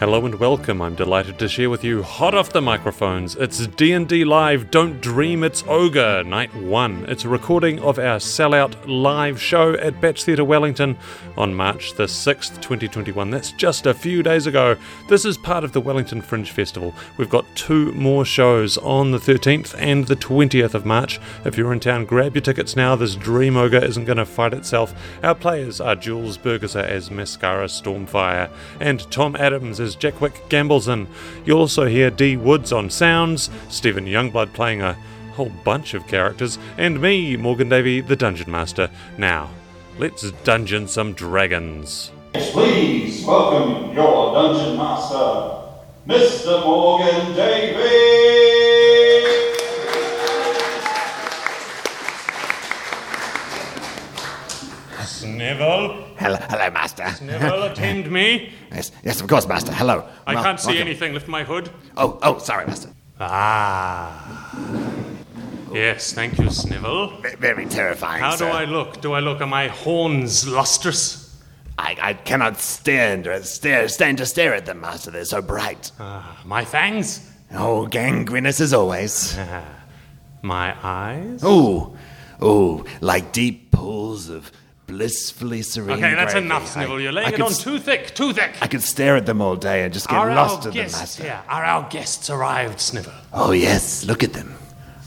Hello and welcome. I'm delighted to share with you hot off the microphones. It's D&D Live Don't Dream It's Ogre Night 1. It's a recording of our sellout live show at Batch Theatre Wellington on March the 6th, 2021. That's just a few days ago. This is part of the Wellington Fringe Festival. We've got two more shows on the 13th and the 20th of March. If you're in town, grab your tickets now. This Dream Ogre isn't going to fight itself. Our players are Jules Bergesser as Mascara Stormfire and Tom Adams as Jackwick Gambleson. You'll also hear Dee Woods on sounds, Stephen Youngblood playing a whole bunch of characters, and me, Morgan Davey, the Dungeon Master. Now, let's dungeon some dragons. Please welcome your dungeon master, Mr. Morgan Davey. Snivel, Hello, hello, master. Snivel, attend me. Yes, yes, of course, master. Hello. I Well, can't see welcome. anything. Lift my hood. Oh, oh, sorry, master. Ah. Yes, thank you, Snivel. V- very terrifying. How do sir. I look? Do I look? Are my horns lustrous? I? I cannot stand or stare, stand to stare at them, master. They're so bright. Ah, my fangs? Oh, gangrenous as always. My eyes? Ooh, ooh, like deep pools of blissfully serene. Okay, that's gravity. enough, I- Snivel. You're I laying it could on s- too thick, too thick. I could stare at them all day and just get Are lost our in them, guests master. here? Are our guests arrived, Snivel? Oh yes, look at them.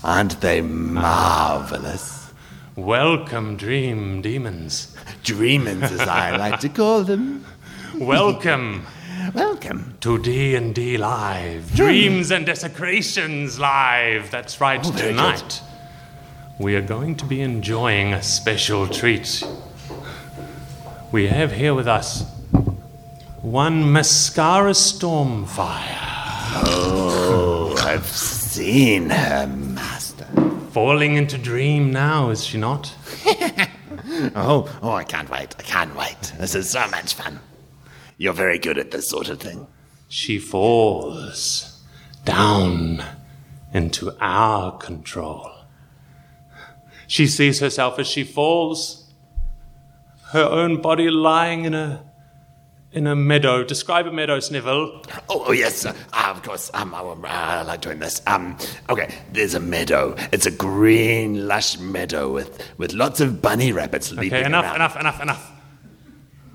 Aren't they Ah. marvelous? Welcome, dream demons. Dreamins, as I like to call them. Welcome Welcome. to D and D Live, Dreams and Desecrations Live. That's right. Oh, very good. Tonight, we are going to be enjoying a special treat. We have here with us one mascara stormfire I've seen her, master. falling into dream now, is she not? Oh, oh, I can't wait. I can't wait. This is so much fun. You're very good at this sort of thing. She falls down into our control. She sees herself as she falls, her own body lying in a in a meadow. Describe a meadow, Snivel. Oh, oh yes, uh, ah, of course. Um, I, will- I like doing this. Um, okay, there's a meadow. It's a green, lush meadow with, with lots of bunny rabbits leaping Okay, enough, around. enough, enough, enough.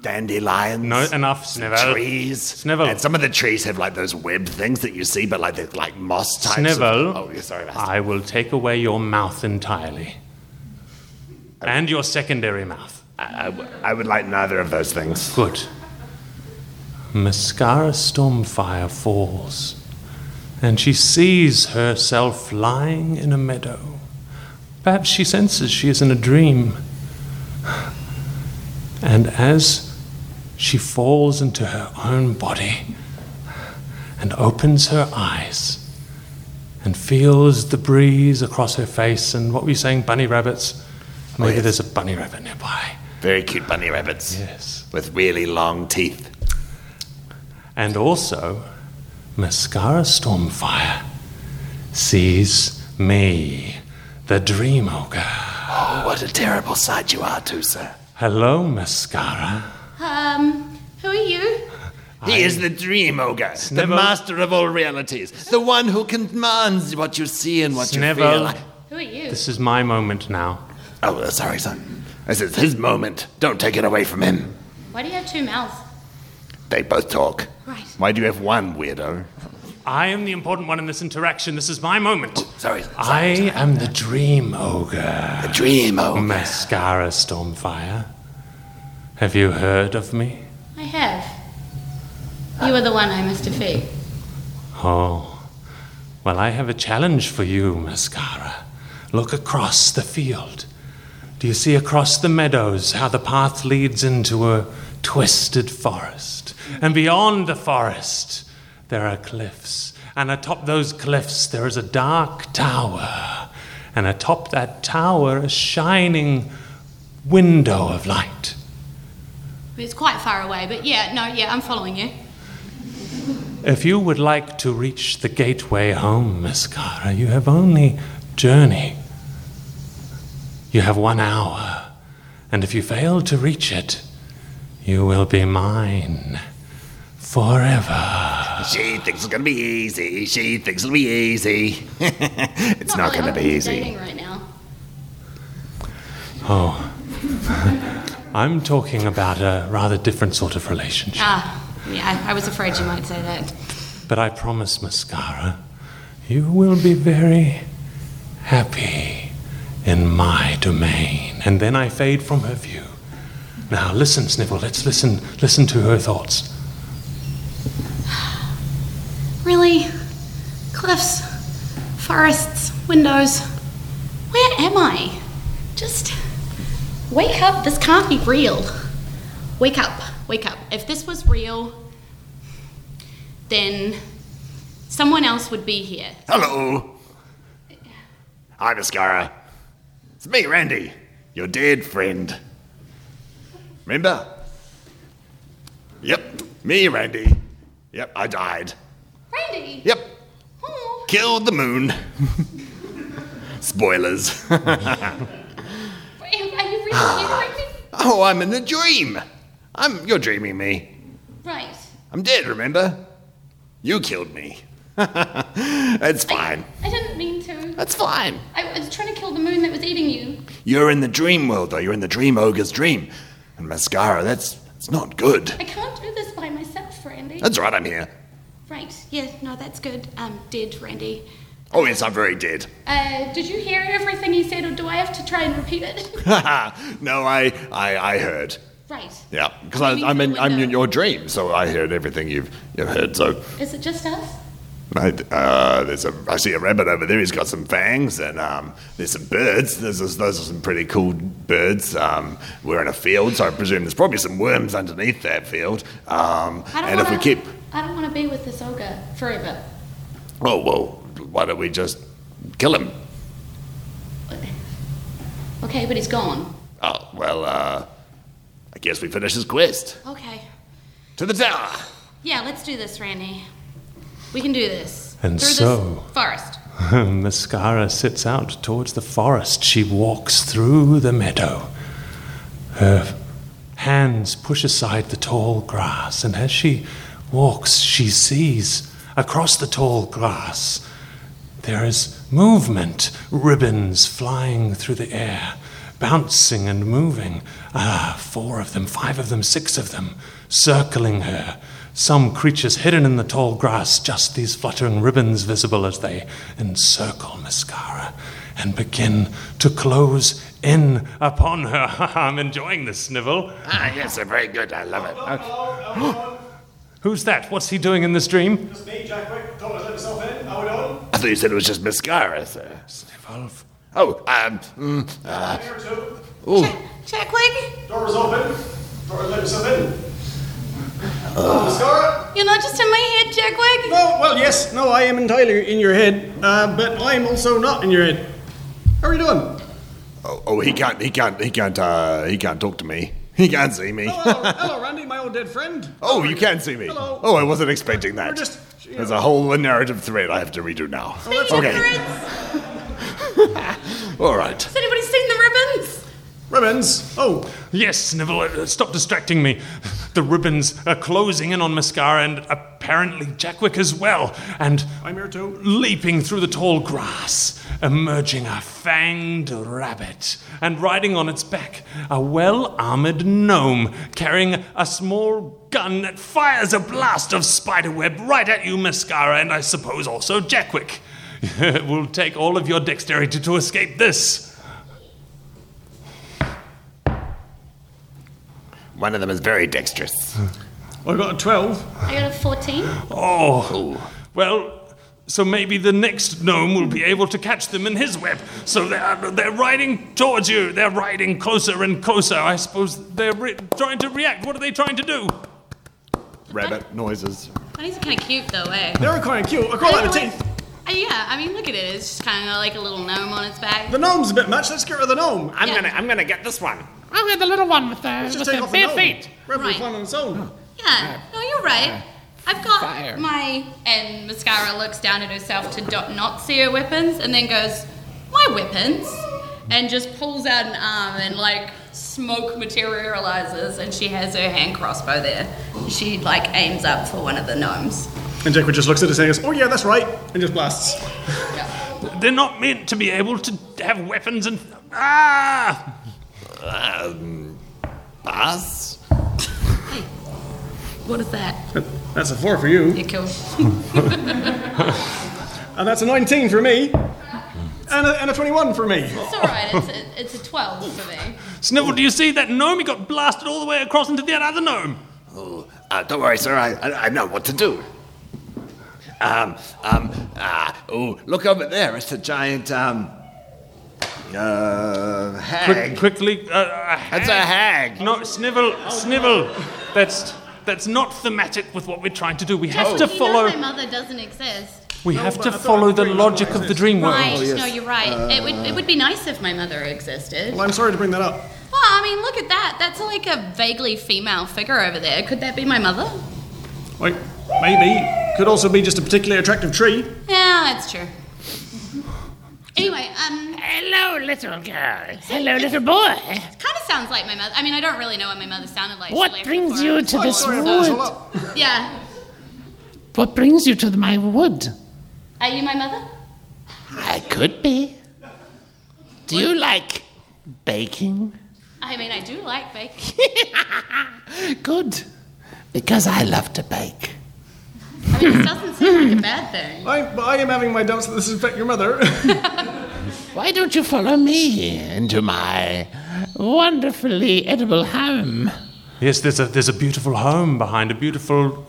Dandelions. No, enough, Snivel. Trees. Snivel. And some of the trees have like those webbed things that you see, but like they're like moss types. of- Snivel. oh, yeah, sorry, master. I will take away your mouth entirely. And your secondary mouth. I, I w- I would like neither of those things. Good. Mascara Stormfire falls, and she sees herself lying in a meadow. Perhaps she senses she is in a dream. And as she falls into her own body and opens her eyes and feels the breeze across her face, and what were you saying, bunny rabbits? Maybe yes. there's a bunny rabbit nearby. Very cute bunny rabbits. Yes. with really long teeth. And also, Mascara Stormfire sees me, the Dream Ogre. Oh, what a terrible sight you are too, sir. Hello, Mascara. Um, who are you? He is the dream ogre, the Snivel. master of all realities, the one who commands what you see and what you Snivel. feel. Who are you? This is my moment now. Oh, uh, sorry, son. This is his moment. Don't take it away from him. Why do you have two mouths? They both talk. Right. Why do you have one weirdo? I am the important one in this interaction. This is my moment. Sorry, I am the Dream Ogre, the dream ogre. Mascara Stormfire. Have you heard of me? I have. You are the one I must defeat. Oh. Well, I have a challenge for you, Mascara. Look across the field. Do you see across the meadows how the path leads into a twisted forest? And beyond the forest, there are cliffs. And atop those cliffs, there is a dark tower. And atop that tower, a shining window of light. It's quite far away, but yeah, no, yeah, I'm following you. If you would like to reach the gateway home, Mascara, you have only journey. You have one hour, and if you fail to reach it, you will be mine forever. She thinks it's gonna be easy. She thinks it'll be easy. it's not, really gonna be open to easy. Dating right now. Oh. I'm talking about a rather different sort of relationship. Ah, yeah, I was afraid you might say that. But I promise, Mascara, you will be very happy in my domain. And then I fade from her view. Now listen, Snivel, let's listen listen to her thoughts. Really? Cliffs, forests, windows. Where am I? Just wake up. This can't be real. Wake up. Wake up. If this was real, then someone else would be here. Hello. Hi, Mascara. It's me, Randy, your dead friend. Remember? Yep, me, Randy. Yep, I died. Randy! Yep, Oh, killed the moon. Spoilers. are you really here, Randy? oh, I'm in a dream. I'm you're dreaming me. Right. I'm dead, remember? You killed me. That's fine. I didn't mean to. That's fine. I was trying to kill the moon that was eating you. You're in the dream world, though. You're in the dream ogre's dream. And mascara, that's it's not good. I can't do this by myself, Randy. That's right, I'm here. Right. Yeah, no, that's good. Um, dead, Randy. Oh yes, I'm very dead. Uh, did you hear everything he said, or do I have to try and repeat it? no, I, I I heard. right. Yeah, because I, I'm in I'm in your dream, so I heard everything you've you've heard. So Is it just us? I, uh, there's a I see a rabbit over there. He's got some fangs, and um, there's some birds. There's there's- those are some pretty cool birds. Um, we're in a field, so I presume there's probably some worms underneath that field. Um, I don't and if we wanna- keep I don't want to be with this ogre forever. Oh, well, why don't we just kill him? Okay, but he's gone. Oh, well, uh, I guess we finish his quest. Okay. To the tower! Yeah, let's do this, Randy. We can do this. And Through so- this forest. Mascara sets out towards the forest. She walks through the meadow. Her hands push aside the tall grass, and as she walks, she sees across the tall grass there is movement, ribbons flying through the air, bouncing and moving. Ah, four of them, five of them, six of them, circling her. Some creatures hidden in the tall grass, just these fluttering ribbons visible as they encircle Mascara and begin to close in upon her. I'm enjoying this, Snivel. Ah, yes, they're very good. I love it. Who's that? What's he doing in this dream? It's me, Jack Wick. Thought I'd let myself in. How we doing? I thought you said it was just mascara, sir. Snivel. Oh, um, mm, uh, Here or two. Checkwig, Door was open. Thought I'd let myself in. Oh, Mascara? you're not just in my head, Checkwig. No, well, yes. No, I am entirely in your head, uh, but I'm also not in your head. How are you doing? oh, oh, he can't, he can't, he can't, uh, he can't talk to me. He can't see me. Hello, hello, Randy, my old dead friend. Oh, you can see me. Hello. Oh, I wasn't expecting that. We're just- There's a whole narrative thread I have to redo now. Oh, Okay, Has all right. anybody seen the ribbons? Ribbons. Oh, Yes, Snivel, uh, stop distracting me. The ribbons are closing in on Mascara and apparently Jackwick as well. And I'm here too. leaping through the tall grass, emerging a fanged rabbit, and riding on its back, a well armored gnome carrying a small gun that fires a blast of spiderweb right at you, Mascara, and I suppose also Jackwick. it will take all of your dexterity to escape this. One of them is very dexterous. I got a 12. I got a 14. Oh. Well, so maybe the next gnome will be able to catch them in his web. So they're, they're riding towards you. They're riding closer and closer. I suppose they're re- trying to react. What are they trying to do? Rabbit noises. But he's kind of cute, though, eh? They're kind of cute. I quite like the teeth. Uh, yeah, I mean, look at it. It's just kind of like a little gnome on its back. The gnome's a bit much. Let's get rid of the gnome. I'm gonna, I'm gonna get this one. Oh, yeah, the little one with the, Let's with just take the off the bare gnome. feet. Rebel Right. one on its own. Yeah, no, you're right. I've got Fire. my. And Mascara looks down at herself to do- not see her weapons and then goes, My weapons? And just pulls out an arm and like smoke materializes and she has her hand crossbow there. She like aims up for one of the gnomes. And Jacob just looks at us and goes, "Oh yeah, that's right," and just blasts. They're not meant to be able to have weapons and. Ah! Um, Us? What is that? That's a four for you, You're cool. and that's a 19 for me, and a, and a 21 for me. It's alright, it's a, it's a 12 for me. Snivel, do you see that gnome? He got blasted all the way across into that other gnome. Oh, uh, don't worry, sir. I, I, I know what to do. Um, um, ah, oh, look over there. It's a giant, um, uh, hag. Quick, quickly. Uh, a That's a hag. No, Snivel, Snivel. That's that's not thematic with what we're trying to do. We have to Oh. You follow. know my mother doesn't exist. We No, have but to I thought follow the Dream logic of the exists. dream world. Right, no, you're right. it, would, it would be nice if my mother existed. Well, I'm sorry to bring that up. Well, I mean, look at that. That's like a vaguely female figure over there. Could that be my mother? Like, maybe could also be just a particularly attractive tree. Yeah, that's true. Anyway, um, Hello, little girl. Hello, little boy. it kind of sounds like my mother. I mean, I don't really know what my mother sounded like. What She lived brings before you I was to born, this so- Sorry, I brought this all wood? up. Yeah. What brings you to the- my wood? Are you my mother? I could be. Do you like baking? I mean, I do like bacon. Good. Because I love to bake. I mean, it doesn't seem like a bad thing. I, but I am having my doubts that this is affect your mother. Why don't you follow me into my wonderfully edible home? Yes, there's a there's a beautiful home behind a beautiful.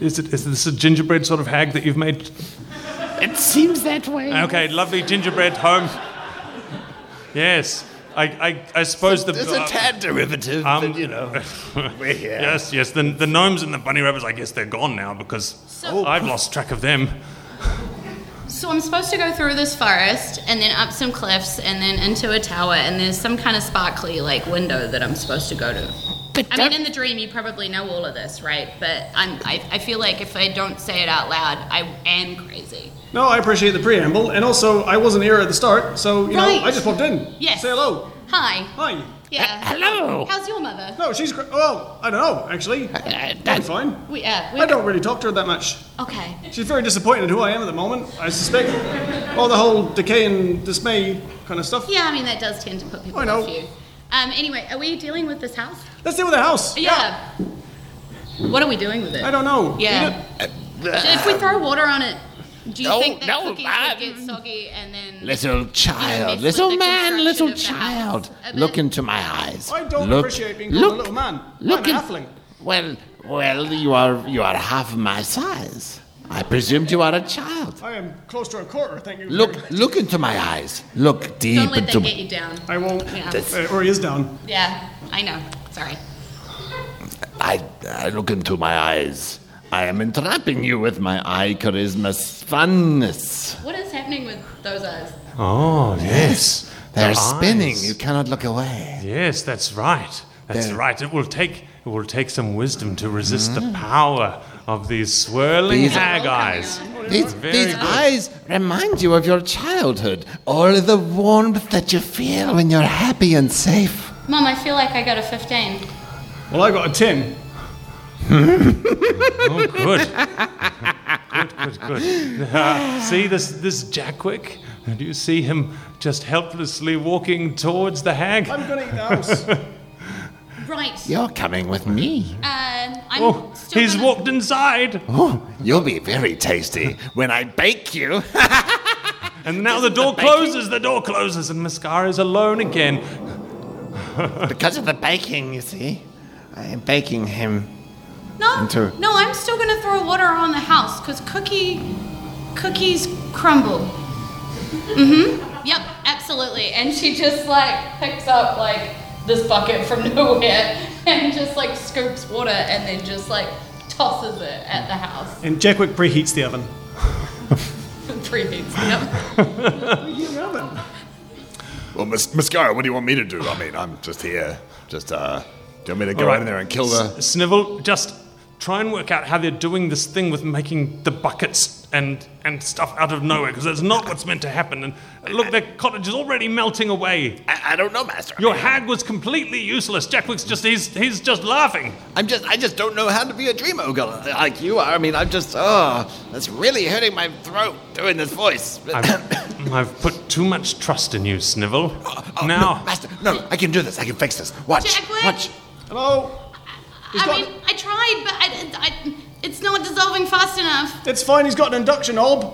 Is it is this a gingerbread sort of hag that you've made? It seems that way. Okay, lovely gingerbread home. Yes, I I, I suppose the. uh, It's a tad derivative, Um, but you know. We're here. Yes, yes. The, the gnomes and the bunny rabbits. I guess they're gone now because I've lost track of them. So I'm supposed to go through this forest and then up some cliffs and then into a tower and there's some kind of sparkly like window that I'm supposed to go to. But I don't- mean, in the dream, you probably know all of this, right? But I'm, I, I feel like if I don't say it out loud, I am crazy. no, I appreciate the preamble, and also I wasn't here at the start, so you Right. know I just popped in. Yes. Say hello. Hi. Hi. Yeah. hello. How's your mother? No, she's great. Well, I don't know actually. Uh, I'm that- fine. We, uh, we, I don't really talk to her that much. Okay. She's very disappointed who I am at the moment. I suspect all the whole decay and dismay kind of stuff. Yeah, I mean, that does tend to put people I know. off you. Um, anyway, are we dealing with this house? Let's deal with the house. Yeah. What are we doing with it? I don't know. You Yeah. know- So if we throw water on it, do you No, think that no, cookies um, would get soggy and then? Little child, mess with little the man, construction little of the house child, a bit. look into my eyes. I don't Look- appreciate being called look, a little man. Look I'm in- a halfling. Well, well, you are you are half my size. I presumed you are a child. I am close to a quarter. Thank you. Look, very much. look into my eyes. Look deep Don't let into. that get you down. I won't. Yeah. Uh, or he is down. Yeah, I know. Sorry. I, I look into my eyes. I am entrapping you with my eye charisma funness. What is happening with those eyes? Oh yes, They're The spinning. eyes. You cannot look away. Yes, that's right. That's Then- right. It will take it will take some wisdom to resist the power of these swirling These- hag Oh, coming eyes. on. These, Very these good. eyes remind you of your childhood, all the warmth that you feel when you're happy and safe. Mom, I feel like I got a 15. Well, I got a tin. Oh, good. good, good, good. Uh, see this this Jackwick? Do you see him just helplessly walking towards the hag? I'm gonna eat the house. Right. You're coming with me. Um, I'm Oh, still he's gonna- walked inside, Oh, you'll be very tasty when I bake you. and now the door closes. The door closes, and Mascara is alone again. because of the baking, you see. I am baking him. No, into- no, I'm still gonna throw water on the house because cookie cookies crumble. Mm-hmm. Yep, absolutely. And she just like picks up like this bucket from nowhere and just like scoops water and then just like tosses it at the house. and Jackwick preheats the oven. Preheats. Yep. Well, Mas- Mascara, what do you want me to do? I mean, I'm just here. Just, uh, do you want me to go All right. in there and kill the. S- Snivel, just try and work out how they're doing this thing with making the buckets and and stuff out of nowhere because that's not what's meant to happen. And look, the cottage is already melting away. I, I don't know, Master. Your hag was completely useless. Jackwick's just he's he's just laughing. I'm just, I just don't know how to be a dream ogre like you are. I mean, I'm just, oh, that's really hurting my throat doing this voice. I've, I've put too much trust in you, Snivel. now, Oh, no, Master, no, I can do this. I can fix this. Watch, Jackwick! watch. Hello? He's I got- mean, I tried, but I, I, it's not dissolving fast enough. It's fine, he's got an induction orb.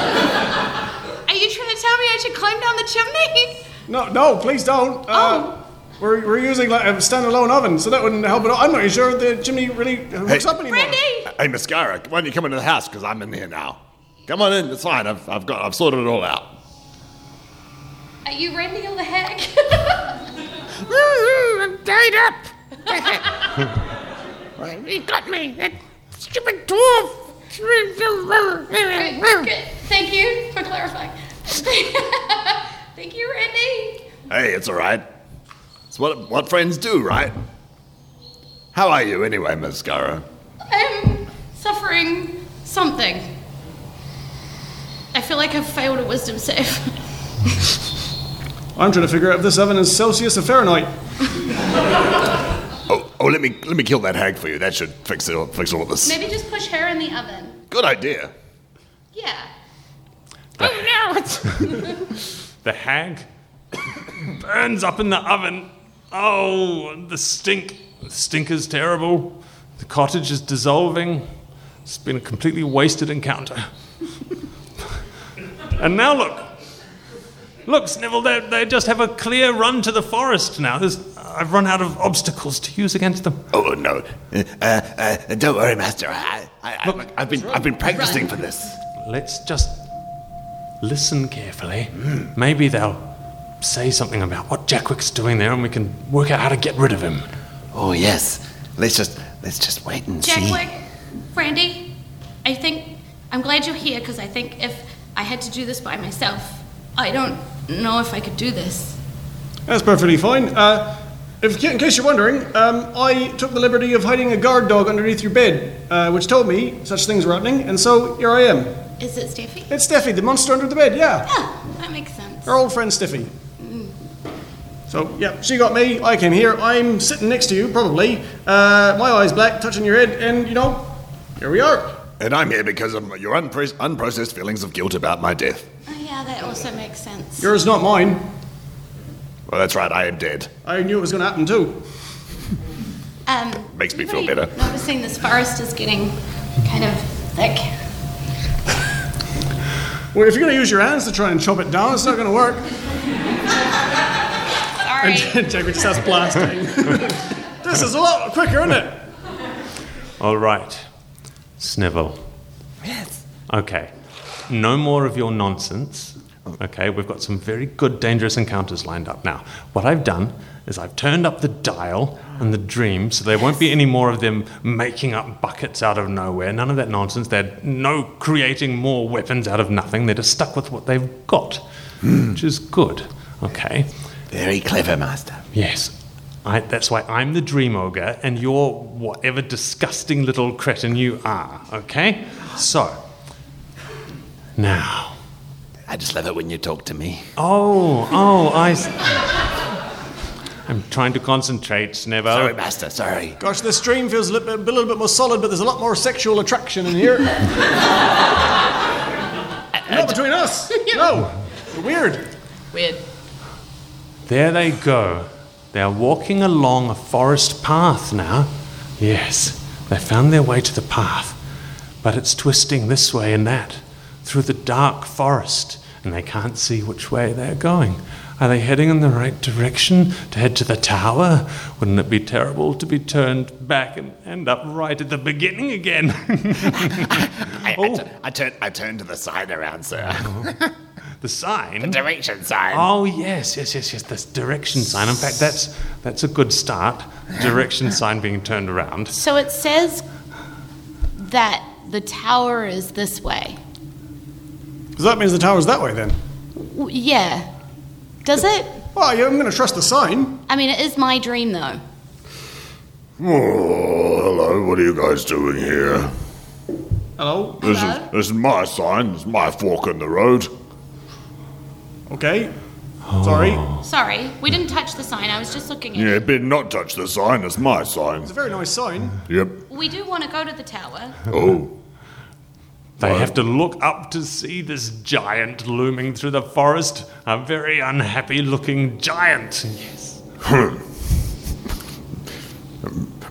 Are you trying to tell me I should climb down the chimney? No, no, please don't. Uh, Oh. We're, we're using like a standalone oven, so that wouldn't help at all. I'm not even sure the chimney really hooks up anymore. Brandy! Hey, Mascara, why don't you come into the house? Because I'm in here now. Come on in. It's fine. I've, I've got, I've sorted it all out. Are you Randy or the hag? I'm tied up. he got me. That stupid dwarf. Okay, Thank you for clarifying. Thank you, Randy. Hey, it's all right. It's what what friends do, right? How are you anyway, Mascara? I'm suffering something. I feel like I've failed a wisdom save. I'm trying to figure out if this oven is Celsius or Fahrenheit. Oh, oh, let me let me kill that hag for you. That should fix it. all- Fix all of this. Maybe just push her in the oven. Good idea. Yeah. Oh no, it's the hag burns up in the oven. Oh, the stink. The stink is terrible. The cottage is dissolving. It's been a completely wasted encounter. and now look. Look, Snivel, they, they just have a clear run to the forest now. There's, I've run out of obstacles to use against them. Oh no, uh, uh, uh, don't worry, Master. I, I, I I've been I've been practicing for this. Let's just listen carefully. Maybe they'll say something about what Jackwick's doing there and we can work out how to get rid of him. Oh yes. Let's just let's just wait and see. Jackwick, Randy, I think I'm glad you're here because I think if I had to do this by myself, I don't know if I could do this. That's perfectly fine. Uh, if, in case you're wondering, um, I took the liberty of hiding a guard dog underneath your bed, uh, which told me such things were happening, and so here I am. Is it Steffi? It's Steffi, the monster under the bed, yeah. Yeah, Ah, that makes sense. Our old friend Steffi. So, yeah, she got me, I came here, I'm sitting next to you, probably. Uh, my eye's black, touching your head, and, you know, here we are. And I'm here because of your unpre- unprocessed feelings of guilt about my death. Oh, yeah, that also makes sense. Yours, not mine. Well, that's right. I am dead. I knew it was going to happen too. Um, Makes me feel anybody better. Noticing this forest is getting kind of thick. Well, if you're going to use your hands to try and chop it down, it's not going to work. Sorry. Jacob just starts blasting. this is a lot quicker, isn't it? All right. Snivel. Yes. Okay. No more of your nonsense. Okay, we've got some very good dangerous encounters lined up now. What I've done is I've turned up the dial and the dream so there won't be any more of them making up buckets out of nowhere. None of that nonsense. They're no creating more weapons out of nothing. They're just stuck with what they've got, which is good. Okay. Very clever, Master. Yes. I, that's why I'm the dream ogre and you're whatever disgusting little cretin you are, okay? So, now. I just love it when you talk to me. Oh, oh, I. S- I'm trying to concentrate, Snivel. Sorry, Master. Sorry. Gosh, this stream feels a little, bit, a little bit more solid, but there's a lot more sexual attraction in here. Not between us. No. Weird. Weird. There they go. They're walking along a forest path now. Yes, they found their way to the path. But it's twisting this way and that, through the dark forest, and they can't see which way they're going. Are they heading in the right direction to head to the tower? Wouldn't it be terrible to be turned back and end up right at the beginning again? I, I, Oh. tu- I turned I turned to the sign around, sir. the sign. Direction sign. Oh yes, yes, yes, yes. This direction sign. In fact, that's that's a good start. Direction sign being turned around. So it says that the tower is this way. So that means the tower's that way then. W- yeah. Does it? Oh, Well, yeah, I'm going to trust the sign. I mean, it is my dream though. Oh, hello, what are you guys doing here? Hello? This is, this is my sign, it's my fork in the road. Okay. Sorry. Oh. It's Sorry, we didn't touch the sign. I was just looking at it. Yeah, better not touch the sign, it's my sign. a very nice sign. Yep. We do want to go to the tower. Oh. They have to look up to see this giant looming through the forest. A very unhappy looking giant. Yes.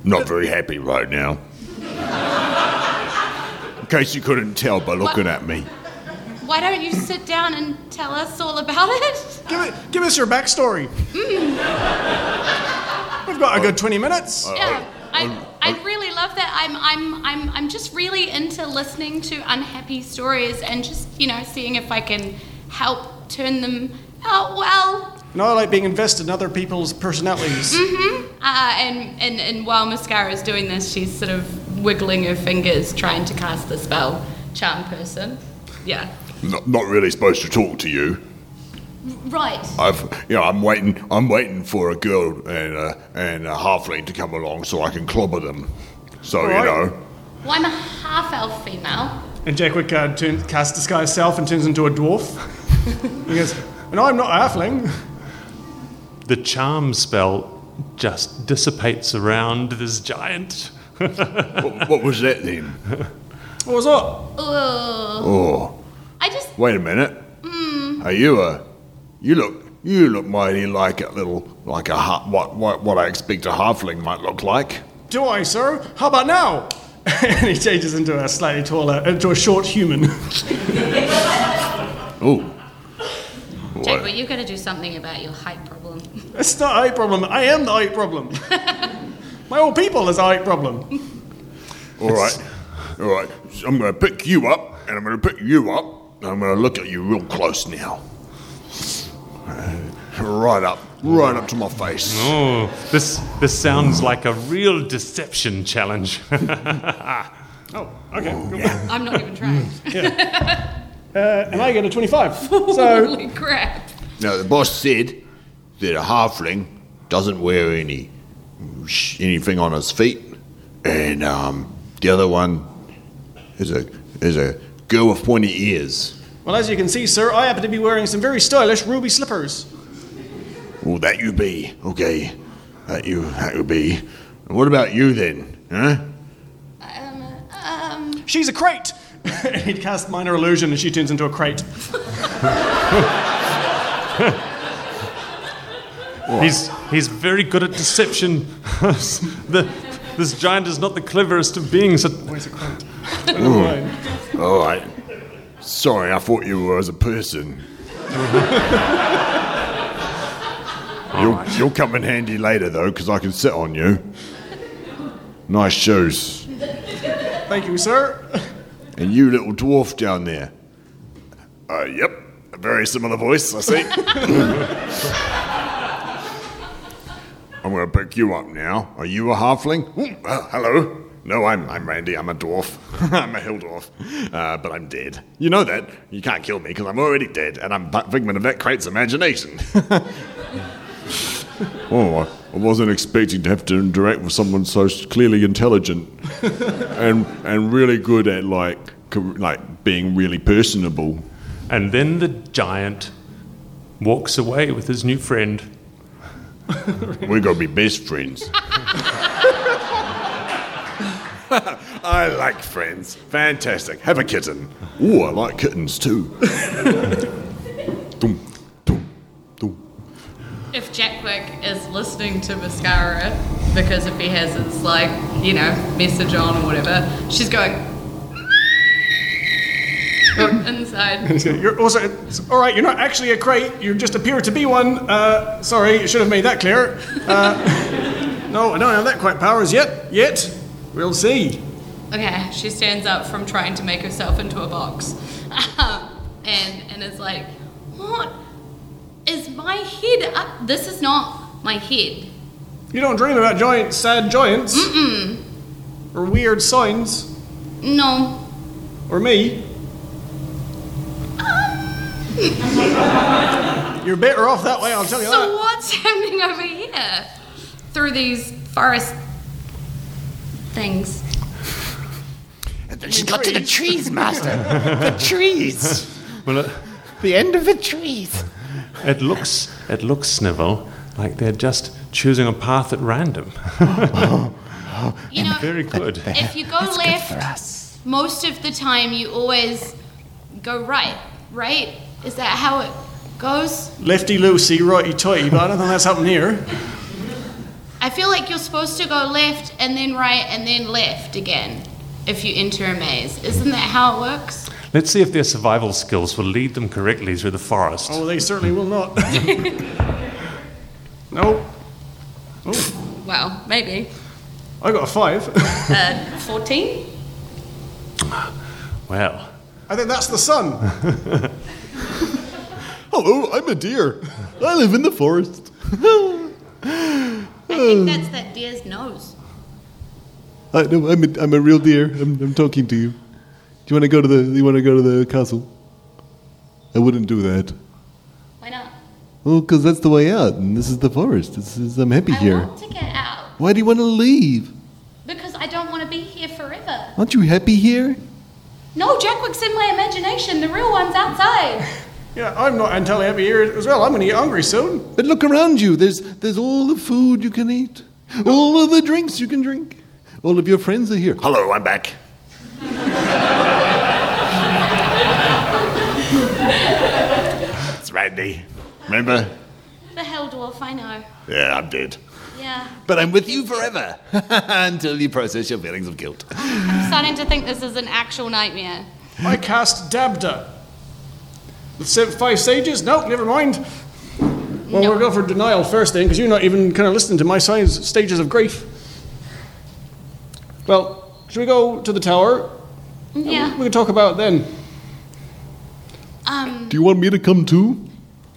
Not very happy right now. In case you couldn't tell by looking at me. Why don't you sit down and tell us all about it? Give, it, give us your backstory. We've got a good 20 minutes. Yeah, I, I really love that. I'm, I'm, I'm, I'm just really into listening to unhappy stories and just, you know, seeing if I can help turn them out well. And I like being invested in other people's personalities. Uh, and, and, and while Mascara's doing this, she's sort of wiggling her fingers trying to cast the spell. Charm person. Yeah. Not, not really supposed to talk to you. Right. I've, you know, I'm waiting. I'm waiting for a girl and a, and a halfling to come along so I can clobber them. So you Alright. know, Well, I'm a half elf female. And Jackwick uh, turn, casts disguise self and turns into a dwarf. he goes, and I'm not a halfling. The charm spell just dissipates around this giant. what, what was that then? What was up? Ooh. Oh, I just. wait a minute. Are you a? You look. You look mighty like a little, like a ha- what, what what I expect a halfling might look like. Do I, sir? How about now? and he changes into a slightly taller, into a short human. Oh, Jake, well, you gotta do something about your height problem. That's not a height problem. I am the height problem. My old people is a height problem. all right, all right. So I'm going to pick you up, and I'm going to pick you up, and I'm going to look at you real close now. Right up, right up to my face. Oh, this this sounds like a real deception challenge. Oh, okay. cool. I'm not even trying. Uh, and I get a 25. So, Holy crap. Now the boss said that a halfling doesn't wear any sh- anything on his feet, and um, the other one is a is a girl with pointy ears. well, as you can see, sir, I happen to be wearing some very stylish ruby slippers. Well, that you be okay. That you that you be. And what about you then, huh? Um, She's a crate! and he casts minor illusion and she turns into a crate. he's he's very good at deception. the, this giant is not the cleverest of beings. Where's a crate? All right. Sorry, I thought you were as a person. you'll, you'll come in handy later though, because I can sit on you. Nice shoes. Thank you, sir. And you little dwarf down there. Uh, yep. A very similar voice, I see. I'm going to pick you up now. Are you a halfling? Ooh, uh, hello. No, I'm, I'm Randy. I'm a dwarf. I'm a hill dwarf. Uh, but I'm dead. You know that. You can't kill me because I'm already dead and I'm a figment of that crate's imagination. oh, I, I wasn't expecting to have to interact with someone so clearly intelligent and and really good at like co- like being really personable. And then the giant walks away with his new friend. We're gonna be best friends. I like friends. Fantastic. Have a kitten. Ooh, I like kittens too. Dum, dum, dum. If Jackwick is listening to Mascara, because if he has his, like, you know, message on or whatever, she's going. inside. He's going, You're also, it's all right, you're not actually a crate, you just appear to be one. Uh, sorry, you should have made that clear. Uh, no, I don't have that quite powers yet. Yet. We'll see. Okay, she stands up from trying to make herself into a box. Um, and, and is like, what is my head up? This is not my head. You don't dream about giant, sad giants. Mm-mm. Or weird signs. No, Or me. Um. You're better off that way, I'll tell you So that. what's happening over here? Through these forest things. And then she got to the trees, master. the trees. Well, it, The end of the trees. it looks it looks Snivel like they're just choosing a path at random. You know, Very good. if you go left, most of the time you always go right, right? Is that how it goes? Lefty loosey, righty tighty, but I don't think that's happened here. I feel like you're supposed to go left and then right and then left again if you enter a maze. Isn't that how it works? Let's see if their survival skills will lead them correctly through the forest. Oh, they certainly will not. nope. Well, maybe. Uh, I got a five. 14? Well, I think that's the sun. Hello, I'm a deer. I live in the forest. I think that's that deer's nose. I, no, I'm a, I'm a real deer. I'm, I'm talking to you. Do you want to go to the? You want to go to the castle? I wouldn't do that. Why not? Well, because that's the way out, and this is the forest. This is, I'm happy I here. want to get out Why do you want to leave? because I don't want to be here forever. Aren't you happy here? No, Jackwick's in my imagination. The real one's outside. Yeah, I'm not entirely happy here as well. I'm going to get hungry soon. But look around you. There's there's all the food you can eat, all of the drinks you can drink. All of your friends are here. Hello, I'm back. it's Randy. Remember? The hell dwarf, I know. Yeah, I'm dead. Yeah. But I'm with you forever until you process your feelings of guilt. I'm starting to think this is an actual nightmare. I cast Dabda. The se- five sages? Nope, never mind. Well, we'll go for denial first then, because you're not even kind of listening to my size stages of grief. Well, should we go to the tower? Yeah. We can talk about it then. Do you want me to come too?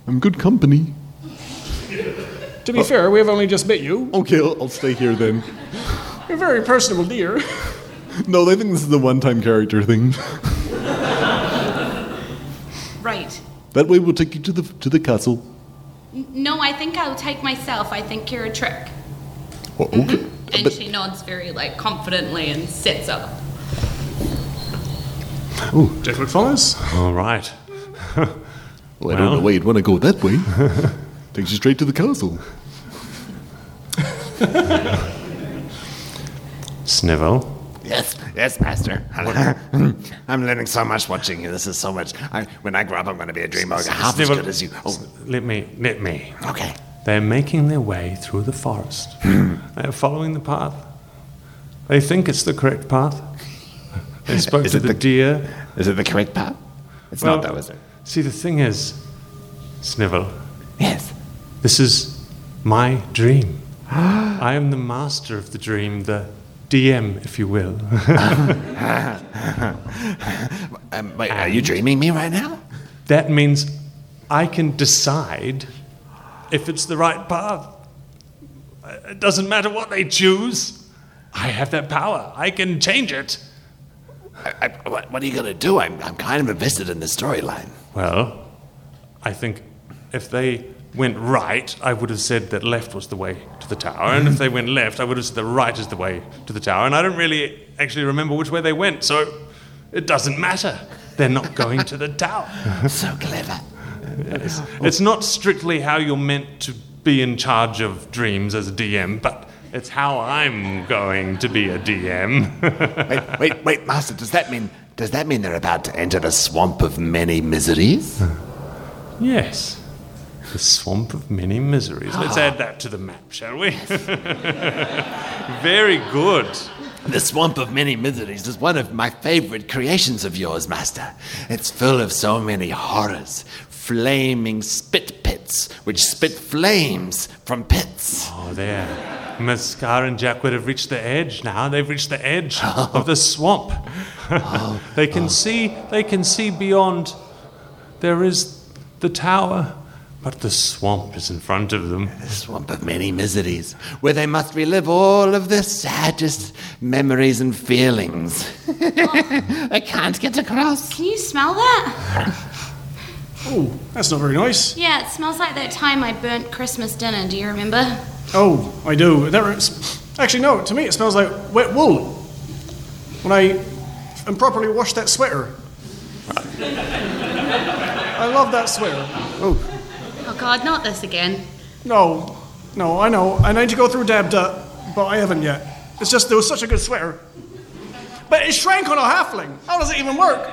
I'm good company. To be fair, we have only just met you. Okay, I'll, I'll stay here then. You're a very personable dear. No, they think this is the one-time character thing. Right. That way, we'll take you to the to the castle. No, I think I'll take myself. I think you're a trick. Oh, okay. Mm-hmm. And she nods very like confidently and sits up. Jackwick follows. all right. Well, I don't know why you'd want to go that way. Takes you straight to the castle. Snivel, Yes, yes, master. I'm learning so much watching you. This is so much. I, when I grow up, I'm going to be a dream ogre half as Snivel. good as you. Oh, let me, let me. okay. They're making their way through the forest. Hmm. They're following the path. They think it's the correct path. They spoke Is to it the, the- deer. Is it the correct path? It's not Well- though, is it? See, the thing is, Snivel, Yes. this is my dream. I am the master of the dream, the DM, if you will. Um, wait, are you dreaming me right now? that means I can decide if it's the right path. It doesn't matter what they choose. I have that power. I can change it. I, I, what, what are you going to do? I'm, I'm kind of invested in the storyline. Well, I think if they went right, I would have said that left was the way to the tower, and if they went left, I would have said that right is the way to the tower, and I don't really actually remember which way they went, so it doesn't matter. They're not going to the tower. So clever. It's not strictly how you're meant to be in charge of dreams as a DM, but it's how I'm going to be a DM. Wait, wait, wait, master. Does that mean does that mean they're about to enter the swamp of many miseries? yes. The swamp of many miseries. Let's Ah. add that to the map, shall we? Very good. The Swamp of Many Miseries is one of my favorite creations of yours, Master. It's full of so many horrors. Flaming spit pits, which spit flames from pits. Oh, there. Mascara and Jack would have reached the edge now. They've reached the edge of the swamp. they can see they can see beyond. There is the tower, but the swamp is in front of them. The Swamp of Many Miseries, where they must relive all of the saddest memories and feelings. I can't get across. Can you smell that? Oh, that's not very nice. Yeah, it smells like that time I burnt Christmas dinner. Do you remember? Oh, I do. That re- actually, no, to me it smells like wet wool. when I improperly washed that sweater. I love that sweater. Oh god, not this again. No, no, I know. I need to go through Dab Dut, but I haven't yet. It's just there was such a good sweater. But it shrank on a halfling. How does it even work?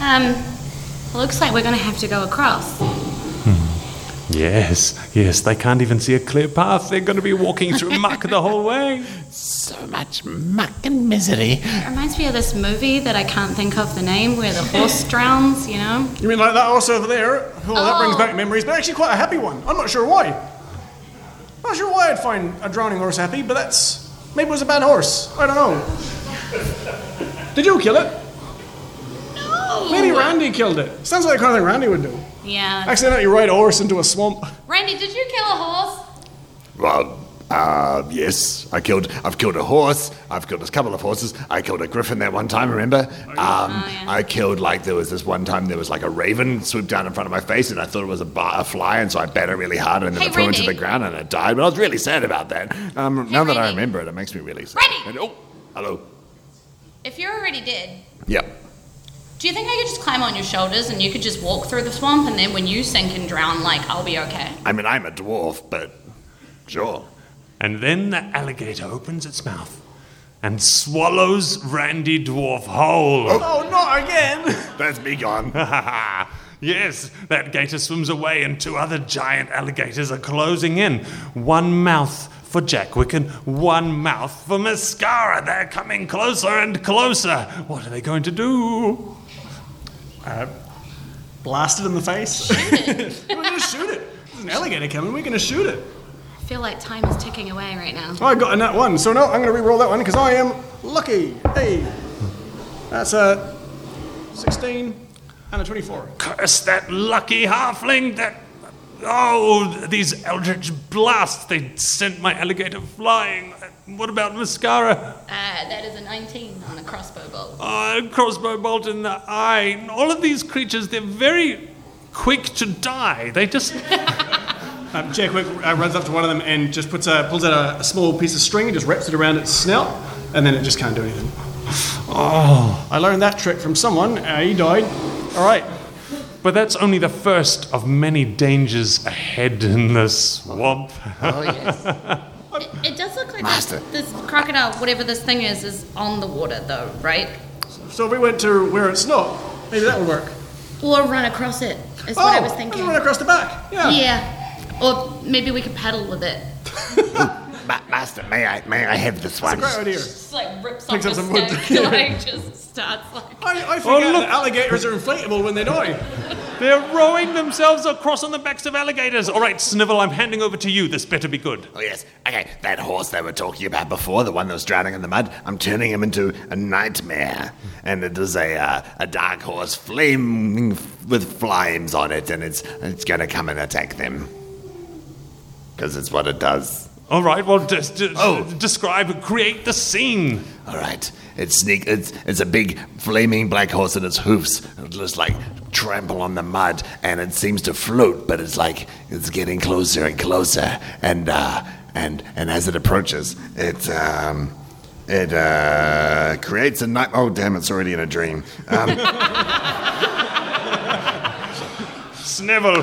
Um, looks like we're gonna have to go across. Yes, yes, they can't even see a clear path. They're going to be walking through muck the whole way. So much muck and misery. It reminds me of this movie that I can't think of the name where the horse drowns, you know? You mean like that horse over there? Oh, that brings Oh. back memories, but actually quite a happy one. I'm not sure why. Not sure why I'd find a drowning horse happy, but that's maybe it was a bad horse. I don't know. Did you kill it? No! Maybe Randy killed it. Sounds like the kind of thing Randy would do. Yeah. Accidentally ride a horse into a swamp. Randy, did you kill a horse? Well, uh, yes, I killed. I've killed a horse. I've killed a couple of horses. I killed a griffin that one time. Remember? Oh, Um, I killed like there was this one time there was like a raven swooped down in front of my face, and I thought it was a, bar, a fly, and so I batted really hard, and then Hey, it flew into Randy. the ground, and it died. But I was really sad about that. Um, now that I Randy. remember it, it makes me really sad. Randy. And- oh, hello. If you're already dead, Yeah. do you think I could just climb on your shoulders and you could just walk through the swamp and then when you sink and drown, like, I'll be okay? I mean, I'm a dwarf, but sure. And then the alligator opens its mouth and swallows Randy Dwarf whole. Oh, not again! That's me gone. Oh. yes, that gator swims away, and two other giant alligators are closing in. One mouth for Jack Wicken, one mouth for Mascara. They're coming closer and closer. What are they going to do? Blast it in the face. We're gonna shoot it. There's an alligator coming. We're gonna shoot it. I feel like time is ticking away right now. Oh, I got a nat one, so no, I'm gonna re-roll that one because I am lucky. Hey, that's a 16 and a 24. Curse that lucky halfling that. Oh, these eldritch blasts. They sent my alligator flying. What about Mascara? Uh, that is a 19 on a crossbow bolt. uh, crossbow bolt in the eye. All of these creatures, they're very quick to die. They just. Um, Jack Wick uh, runs up to one of them and just puts a, pulls out a, a small piece of string and just wraps it around its snout, and then it just can't do anything. Oh! I learned that trick from someone. Uh, he died. All right. But that's only the first of many dangers ahead in the swamp. It, it does look like Master. this crocodile, whatever this thing is, is on the water though, right? So we went to where it's not. Maybe that would work. Or run across it, is what I was Oh, thinking. Right across the back. Yeah. Yeah. Or maybe we could paddle with it. Ma- Master, may I may I have this one? Great idea. Just like rips Picks off up the some wood. stick, like just starts like. I, I forget Oh, look. that alligators are inflatable when they die. They're rowing themselves across on the backs of alligators. All right, Snivel, I'm handing over to you. This better be good. Oh, yes. Okay, that horse they were talking about before, the one that was drowning in the mud, I'm turning him into a nightmare. And it is a, uh, a dark horse flaming f- with flames on it, and it's, it's going to come and attack them. Because it's what it does. All right, well, just just Oh. describe, create the scene. All right. It's sneak. It's it's a big flaming black horse, and its hoofs just like trample on the mud, and it seems to float, but it's like it's getting closer and closer, and uh, and and as it approaches, it um, it uh, creates a night. Oh damn! It's already in a dream. Um, Snivel,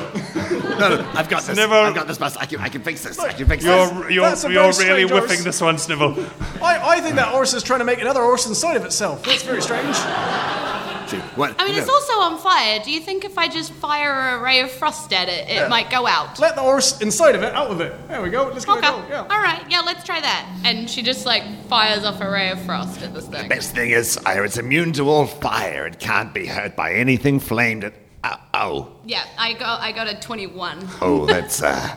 no, no, I've got this. Never- I've got this. Bus. I can I can fix this. I can fix this. you're, you're, that's a you're very really strange whipping horse. this one, Snivel. I, I think that horse is trying to make another horse inside of itself. That's very strange. See, what? I mean, it's no. also on fire. Do you think if I just fire a ray of frost at it, it might go out? Let the horse inside of it out of it. There we go. Let's give it Okay. a go. Yeah. All right. Yeah, let's try that. And she just like fires off a ray of frost at this thing. Best thing is, uh, it's immune to all fire. It can't be hurt by anything flamed. It, uh, oh. Yeah, I got I got a 21. Oh, that's uh.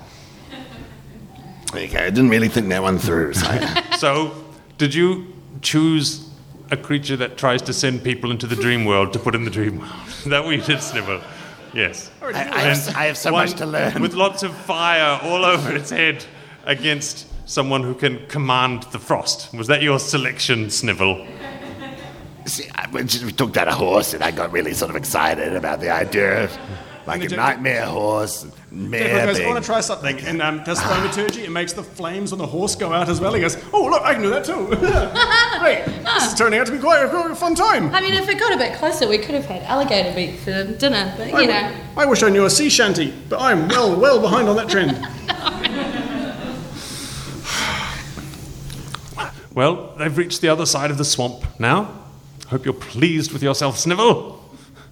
Okay, I didn't really think that one through. So So, did you choose a creature that tries to send people into the dream world to put in the dream world? that we did, Snivel. Yes. I, I, have, I have so much One to learn. With lots of fire all over its head against someone who can command the frost. Was that your selection, Snivel? See, I, we just- we took that a horse, and I got really sort of excited about the idea of Like the a Jack- nightmare horse, Jack mare goes, I want pig. to try something. And um, does uh, thaumaturgy. It makes the flames on the horse go out as well. He goes, oh, look, I can do that too. Great. This is turning out to be quite a, quite a fun time. I mean, if it got a bit closer, we could have had alligator meat for dinner, but you know. I wish I knew a sea shanty, but I'm well, well behind on that trend. Well, they've reached the other side of the swamp now. Hope you're pleased with yourself, Snivel.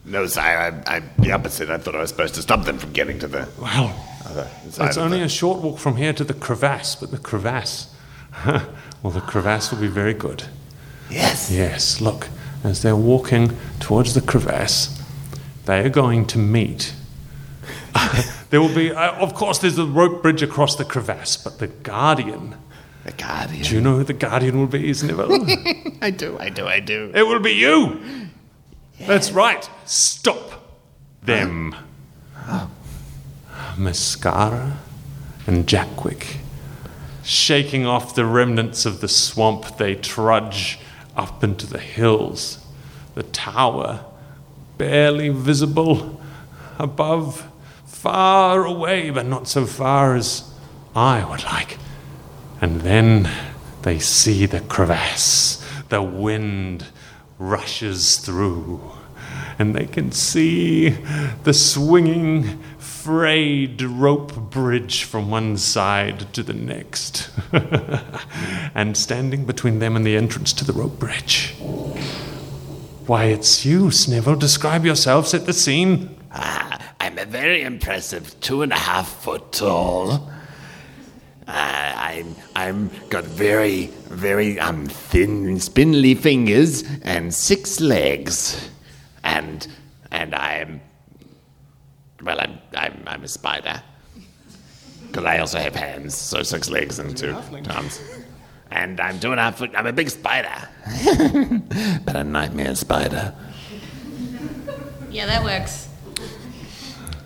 No, sorry, I, I, the opposite. I thought I was supposed to stop them from getting to the Well, other side. it's of only the- a short walk from here to the crevasse, but the crevasse. well, the crevasse will be very good. yes. Yes, look, as they're walking towards the crevasse, they are going to meet. there will be, uh, of course, there's a rope bridge across the crevasse, but the guardian. The guardian. Do you know who the guardian will be, Snivel? I do, I do, I do. It will be you. That's right. Stop them. Mascara and Jackwick. Shaking off the remnants of the swamp, they trudge up into the hills. The tower, barely visible above, far away, but not so far as I would like. And then they see the crevasse. The wind rushes through, and they can see the swinging, frayed rope bridge from one side to the next. and standing between them and the entrance to the rope bridge. Why, it's you, Snivel. Describe yourself, set the scene. Ah, I'm a very impressive two and a half foot tall. Uh, I'm I'm got very very um thin spindly fingers and six legs, and and I'm well I'm I'm I'm a spider. Because I also have hands, so six legs and two arms. And I'm two and a half foot. I'm a big spider, but a nightmare spider. Yeah, that works.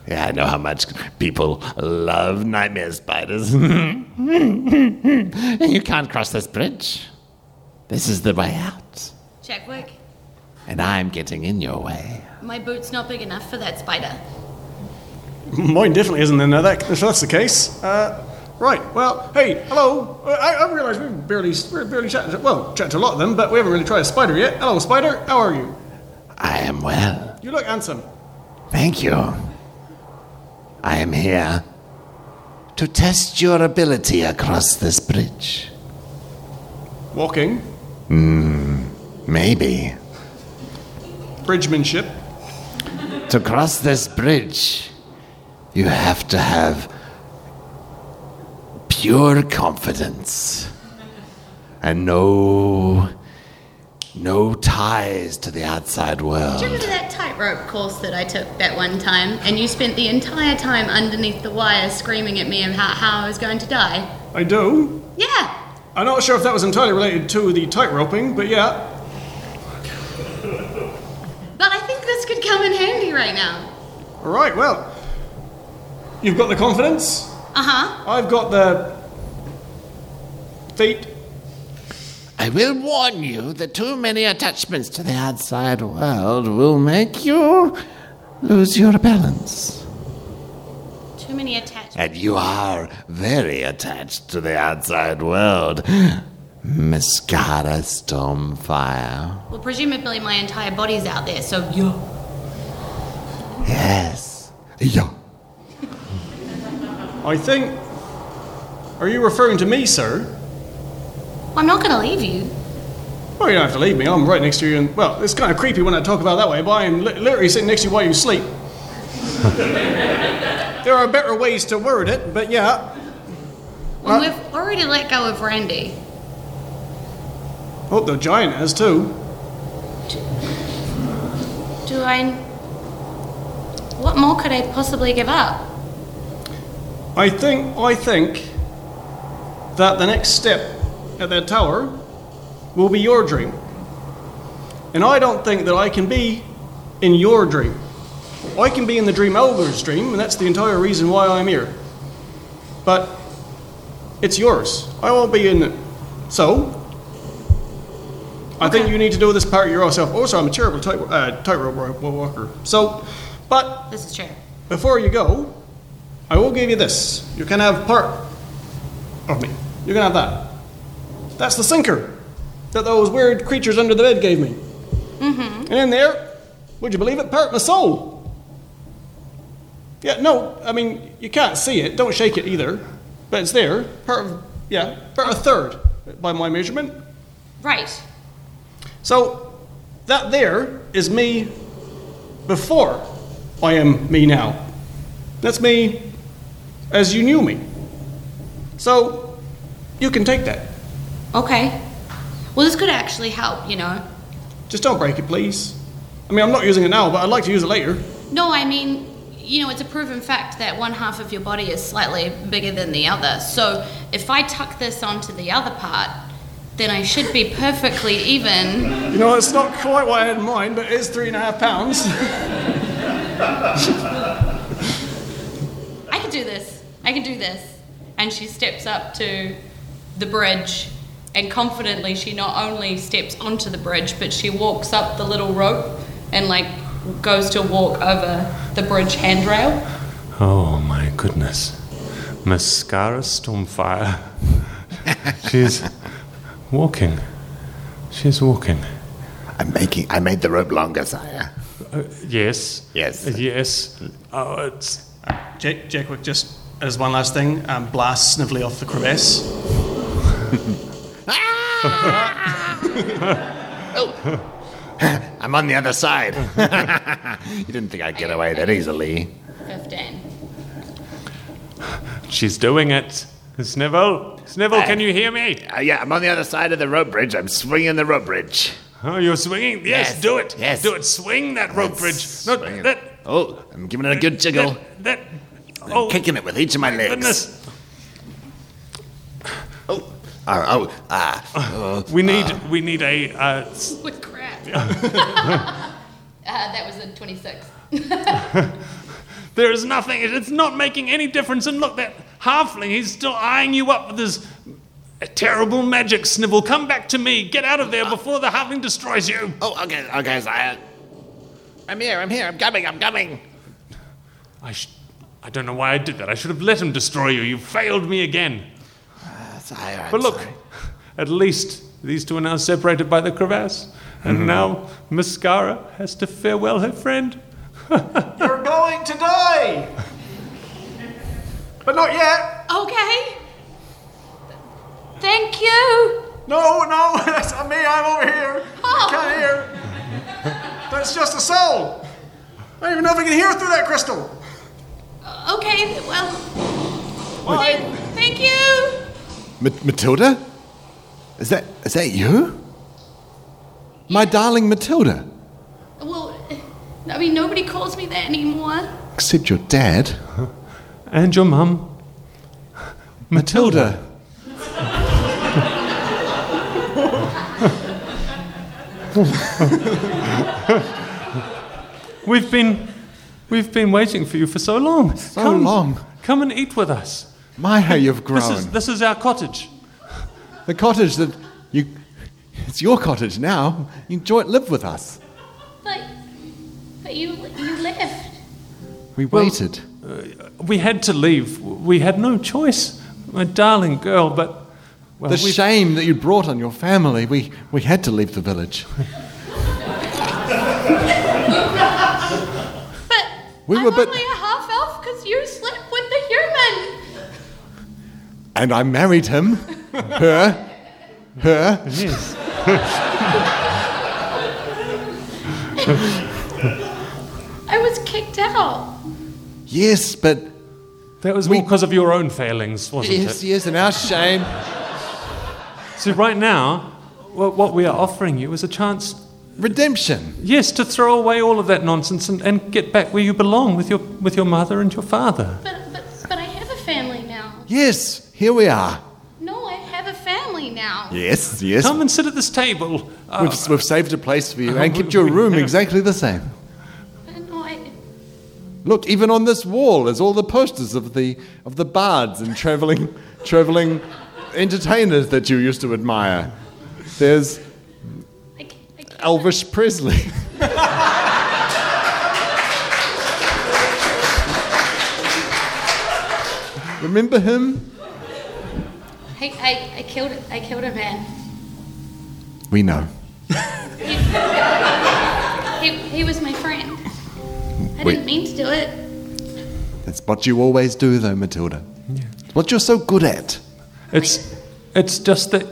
Yeah, I know how much people love nightmare spiders. you can't cross this bridge. This is the way out. Jackwick, And I'm getting in your way. my boot's not big enough for that spider. Mine definitely isn't in there. That, if that's the case, uh, right. Well, hey, hello. Uh, I, I realise we've barely, we've barely chatted. Well, chatted to a lot of them, but we haven't really tried a spider yet. Hello, spider. How are you? I am well. You look handsome. Thank you. I am here to test your ability across this bridge. Walking, Maybe. bridgemanship. To cross this bridge, you have to have pure confidence and no no ties to the outside Do you world. remember that tightrope course that I took that one time, and you spent the entire time underneath the wire screaming at me about how I was going to die? I do. Yeah, I'm not sure if that was entirely related to the tight roping, but yeah. but I think this could come in handy right now. All right. Well, you've got the confidence. Uh huh. I've got the feet. I will warn you that too many attachments to the outside world will make you lose your balance. Too many attachments. And you are very attached to the outside world. Mascara Stormfire. Well, presumably my entire body's out there, so yeah. Yes. Yeah. I think. Are you referring to me, sir? I'm not gonna leave you. Well, you don't have to leave me. I'm right next to you, and well, it's kind of creepy when I talk about it that way, but I'm li- literally sitting next to you while you sleep. there are better ways to word it, but yeah. Well, we've already let go of Randy. Oh, the giant has too. Do I? What more could I possibly give up? I think, I think that the next step at their tower will be your dream, and I don't think that I can be in your dream. I can be in the dream elder's dream, and that's the entire reason why I'm here. But it's yours. I won't be in it. So, I think you need to do this part yourself. Also, I'm a terrible tight, uh, tightrope wa- wa- walker. So, but This is true. Before you go, I will give you this. You can have part of me. You can have that. That's the sinker that those weird creatures under the bed gave me. Mm-hmm. And in there, would you believe it, part my soul. Yeah, no, I mean, you can't see it. Don't shake it either. But it's there. Part of, yeah, part of a third by my measurement. Right. So, that there is me before I am me now. That's me as you knew me. So, you can take that. Okay. Well, this could actually help, you know. Just don't break it, please. I mean, I'm not using it now, but I'd like to use it later. No, I mean, you know, it's a proven fact that one half of your body is slightly bigger than the other. So if I tuck this onto the other part, then I should be perfectly even. You know, it's not quite what I had in mind, but it is three and a half pounds. I can do this. I can do this. And she steps up to the bridge, and confidently, she not only steps onto the bridge, but she walks up the little rope and, like, goes to walk over the bridge handrail. Oh my goodness. Mascara Stormfire. She's walking. She's walking. I'm making. I made the rope longer, sire. Yes. Yes. Yes. Oh, it's. Jake, Jake Wick, just as one last thing, um, blast Snively off the crevasse. I'm on the other side. you didn't think I'd get away that easily. 15. She's doing it. Snivel. Snivel, can you hear me? Uh, yeah, I'm on the other side of the rope bridge. I'm swinging the rope bridge. Oh, you're swinging. Yes, Yes, do it. yes. Do it. Swing that rope bridge. No, Swing it. that. Oh, I'm giving it a good jiggle. That. that oh, Kicking it with each of my legs. goodness. Oh, oh, oh, ah. oh. We need. we need a. Uh, s- Holy crap. uh, that was a 26. there is nothing. it- It's not making any difference. And look, that halfling. He's still eyeing you up with his terrible magic. Snivel, come back to me. Get out of Ah. there before the halfling destroys you. oh, okay, okay, sire. I'm here, I'm here, I'm coming, I'm coming. I. Sh- I don't know why I did that. I should have let him destroy you. You failed me again. Sire, I'm But look, sorry. at least these two are now separated by the crevasse, and now Mascara has to farewell her friend. You're going to die! but not yet! Okay. Thank you. Oh, No, no, that's not me, I'm over here! Oh. Can't hear! That's just a soul! I don't even know if I can hear through that crystal! Okay, well, Why? thank you. Ma- Matilda? Is that, is that you? My darling Matilda? Well, I mean, nobody calls me that anymore. Except your dad. And your mum, Matilda. we've been, we've been waiting for you for so long. So long. Come and eat with us. My, how you've grown. This is this is our cottage. the cottage that you. It's your cottage now. You enjoy it, live with us. But, but you, you left. We waited. We had to leave. We had no choice, my darling girl. But well, the we- shame that you brought on your family. We, we had to leave the village. But We I'm were but- only a half elf because you slept with the human. And I married him. Her. Her. Yes. I was kicked out. Yes, but. That was We- all because of your own failings, wasn't Yes, it? yes, and our shame. So right now, wha- what we are offering you is a chance, Redemption. yes, to throw away all of that nonsense and, and get back where you belong with your with your mother and your father. But, but, but I have a family now. Yes, here we are. No, I have a family now. Yes, yes. Come and sit at this table. Uh, We've, we've saved a place for you and kept your room exactly the same. No, I, Look, even on this wall is all the posters of the of the bards and traveling traveling entertainers that you used to admire. There's I, can't- I can't. Oh. Elvis Presley. Remember him? Hey, I, I killed I killed a man. We know. He, he was my friend. I Wait. didn't mean to do it. That's what you always do, though, Matilda. It's What you're so good at. It's it's just that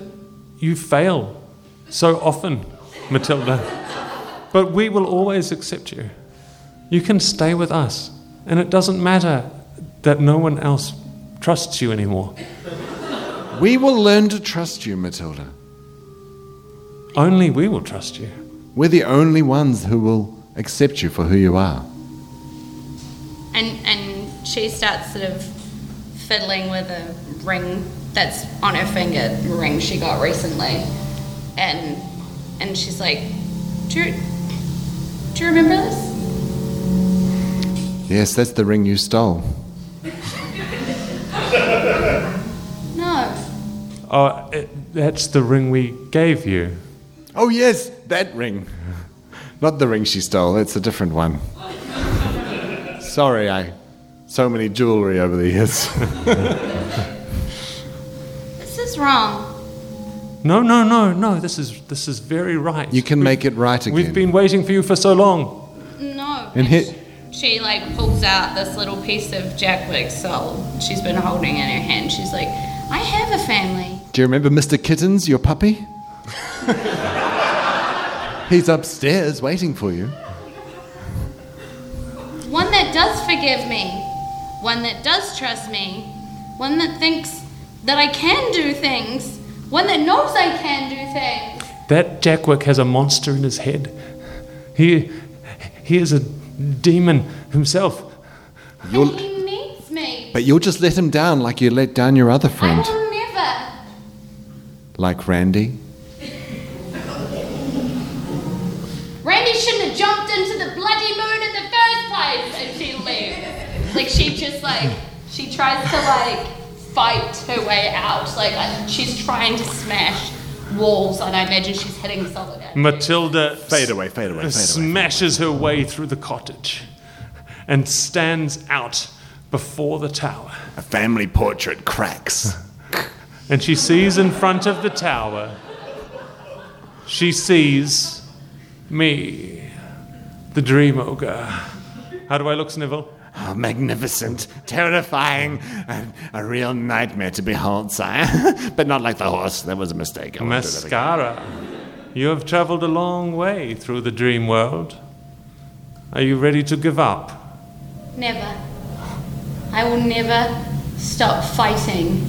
you fail so often, Matilda. But we will always accept you. You can stay with us, and it doesn't matter that no one else trusts you anymore. We will learn to trust you, Matilda. Only we will trust you. We're the only ones who will accept you for who you are. And and she starts sort of fiddling with a ring that's on her finger, a ring she got recently, and and she's like, do you, do you remember this? Yes, that's the ring you stole. No. Oh, it, that's the ring we gave you. Oh, yes, that ring. Not the ring she stole, it's a different one. Sorry, I. So many jewelry over the years. This is wrong. No, no, no, no. This is this is very right. you can make it right again. We've been waiting for you for so long. No. And here, She like pulls out this little piece of Jack Wick's soul she's been holding in her hand. She's like, I have a family. do you remember Mr. Kittens, your puppy? He's upstairs waiting for you. One that does forgive me. One that does trust me. One that thinks that I can do things. One that knows I can do things. That Jackwick has a monster in his head. He he is a demon himself. You'll- And he needs me. But you'll just let him down like you let down your other I friend, will never. like Randy. Randy shouldn't have jumped into the bloody moon in the first place. And she leaves. Like she just like she tries to like fight her way out. Like I- she's trying to smash walls, and I imagine she's hitting solid. Matilda Fade away, fade away, fade away. smashes her way through the cottage and stands out before the tower. A family portrait cracks. And she sees in front of the tower, she sees me, the dream ogre. How do I look, Snivel? Oh, magnificent, terrifying, a, a real nightmare to behold, sire. but not like the horse. That was a mistake. I won't do that again. Mascara. You have traveled a long way through the dream world. Are you ready to give up? Never. I will never stop fighting.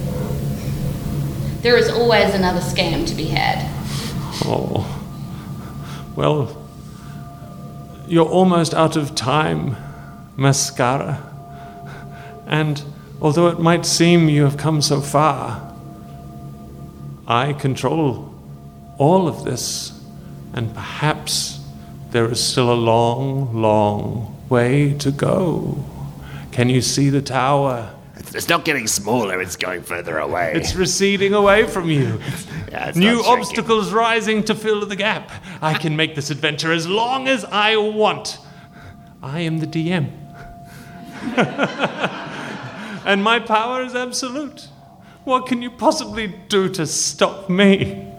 There is always another scam to be had. Oh. Well, you're almost out of time, Mascara. And although it might seem you have come so far, I control all of this, and perhaps there is still a long, long way to go. Can you see the tower? It's, it's not getting smaller, it's going further away. It's receding away from you. Yeah, it's New not shrinking. obstacles rising to fill the gap. I can make this adventure as long as I want. I am the DM. and my power is absolute. What can you possibly do to stop me?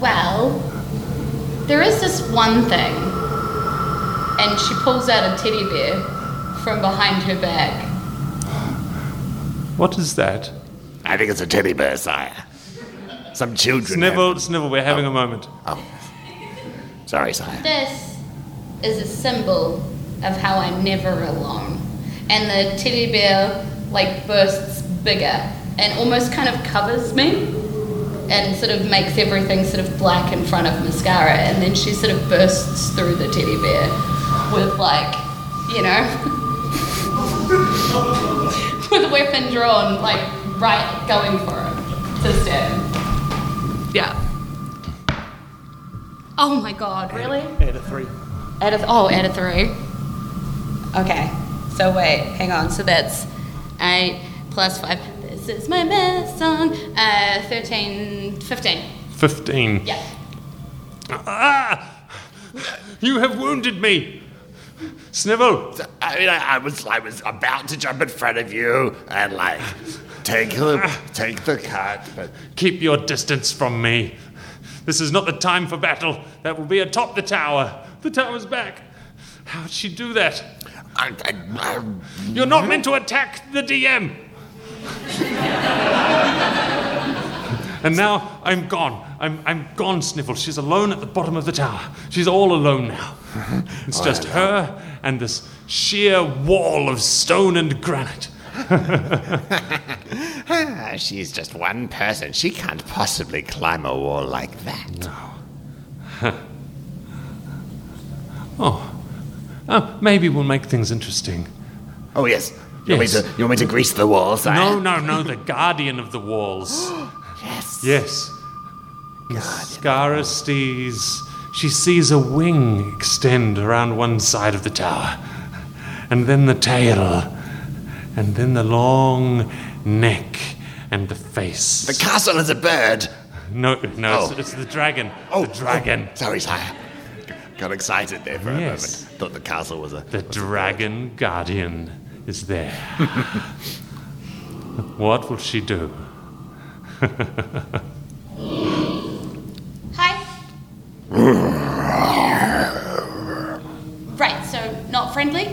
Well, there is this one thing. And she pulls out a teddy bear from behind her back. What is that? I think it's a teddy bear, sire. Some children. have- Snivel, Snivel, we're having a moment. Sorry, sire. This is a symbol of how I'm never alone. And the teddy bear, like, bursts bigger and almost kind of covers me and sort of makes everything sort of black in front of mascara. And then she sort of bursts through the teddy bear with, like, you know. with a weapon drawn, like right going for it to stab. Yeah. Oh my god, really? Add a three. Add a th- oh, add a three. Okay. So wait, hang on. So that's eight plus five. This is my best song. Uh, 13, 15. 15. Yeah. Ah! You have wounded me! Snivel! I mean, I, I was, I was about to jump in front of you and like take the, take the cut, but Keep your distance from me. This is not the time for battle. That will be atop the tower. The tower's back. How'd she do that? I, I, I, You're not meant to attack the DM. and now I'm gone. I'm, I'm gone, Sniffle. She's alone at the bottom of the tower. She's all alone now. It's just her and this sheer wall of stone and granite. Ah, she's just one person. She can't possibly climb a wall like that. Oh, oh maybe we'll make things interesting. oh yes. You, want me Yes. to, you want me to grease the walls? I- No, no, no, the guardian of the walls. Yes. Yes. Scaristes. She sees a wing extend around one side of the tower, and then the tail, and then the long neck and the face. The castle is a bird. no, no, Oh. it's, it's the dragon. the dragon. oh, sorry, sorry. Got excited there for Yes. a moment. Thought the castle was a. The dragon guardian is there. what will she do? Hi. right, so not friendly?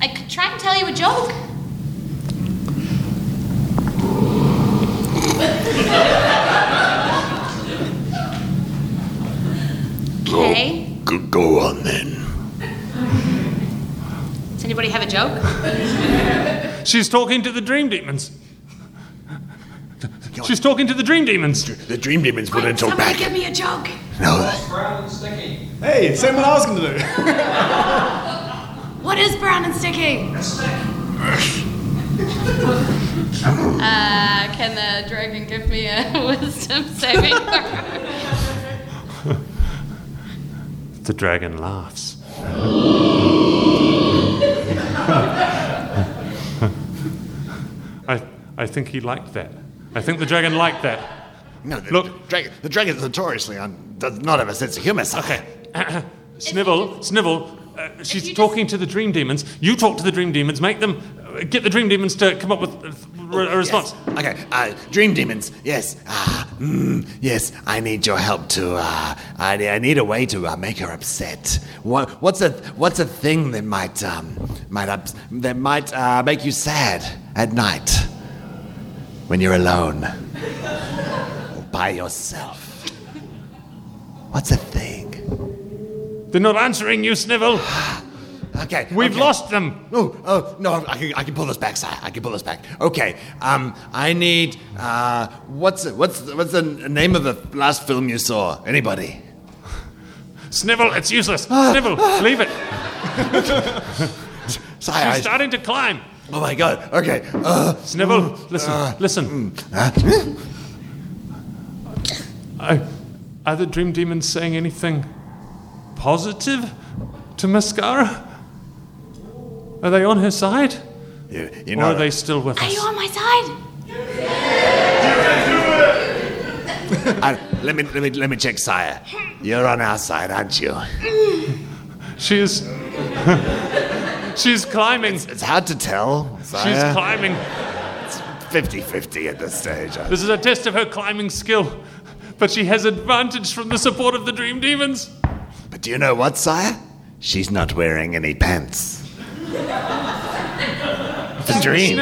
I could try and tell you a joke. Okay. Go, go on then. Does anybody have a joke? She's talking to the dream demons. She's talking to the dream demons. The dream demons Quick, wouldn't talk somebody back. give me a joke. No, Brown and sticky. Hey, same what I was going to do. What is brown and sticky? Uh, can the dragon give me a wisdom saving throw? The dragon laughs. I, I think he liked that. I think the dragon liked that. no. The, Look. the dragon. The dragon's notoriously un, does not have a sense of humor. sir. Okay. Snivel, Snivel, uh, you she's just- talking to the dream demons. You talk to the dream demons. Make them uh, get the dream demons to come up with uh, re- a response. Yes. Okay. Uh, dream demons. Yes. Ah. mm, yes. I need your help to. Uh, I, ne- I need a way to uh, make her upset. What, what's a What's a thing that might um might ups, that might uh, make you sad at night when you're alone or by yourself? What's a thing? They're not answering you, Snivel. Okay. We've okay. lost them. Oh, oh no! I can, I can pull this back, sir. I can pull this back. Okay. Um, I need. Uh, what's what's what's the name of the last film you saw? Anybody? Snivel, it's useless. Snivel, leave it. Sorry. She's I- starting to climb. oh my God. Okay. Uh, Snivel, listen, listen. mm. Uh, Are, are the dream demons saying anything positive to Mascara? Are they on her side? you, you Or know. are they still with Are you us? on my side? I- let me let me let me check, sire. You're on our side, aren't you? She is. She's climbing. It's hard to tell. She's Sire. climbing. 50-50 at this stage. Uh, I- This is a test of her climbing skill. But she has advantage from the support of the dream demons. But do you know what, sire? She's not wearing any pants. It's a dream.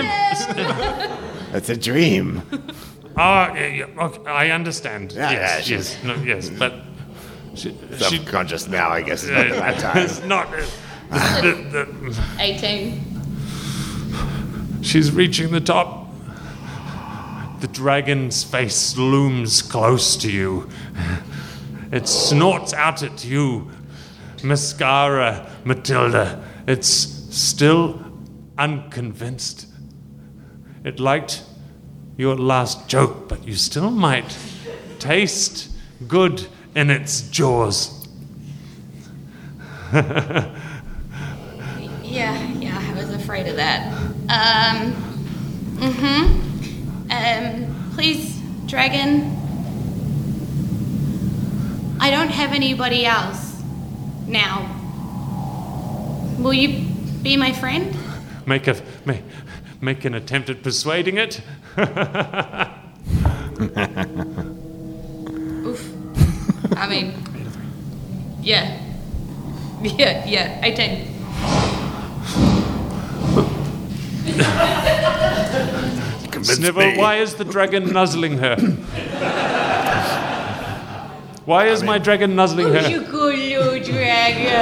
It's a dream. Ah, yeah, yeah, okay, I understand. Yeah, yes, yeah, yes, no, yes, but she, she, Subconscious now, I guess. Is not the right time. it's not. uh, the- the- 18. she's reaching the top. The dragon's face looms close to you. It snorts out at you, Mascara Matilda. It's still unconvinced. It liked your last joke, but you still might taste good in its jaws. Yeah, yeah, I was afraid of that. Um, mm-hmm. Um, dragon. I don't have anybody else now. Will you be my friend? Make a make, make an attempt at persuading it. Oof. I mean, yeah. Yeah, yeah, 18. Convince Snivel, me. why is the dragon nuzzling her? Why is my dragon nuzzling Oh, Who's her? your good little dragon?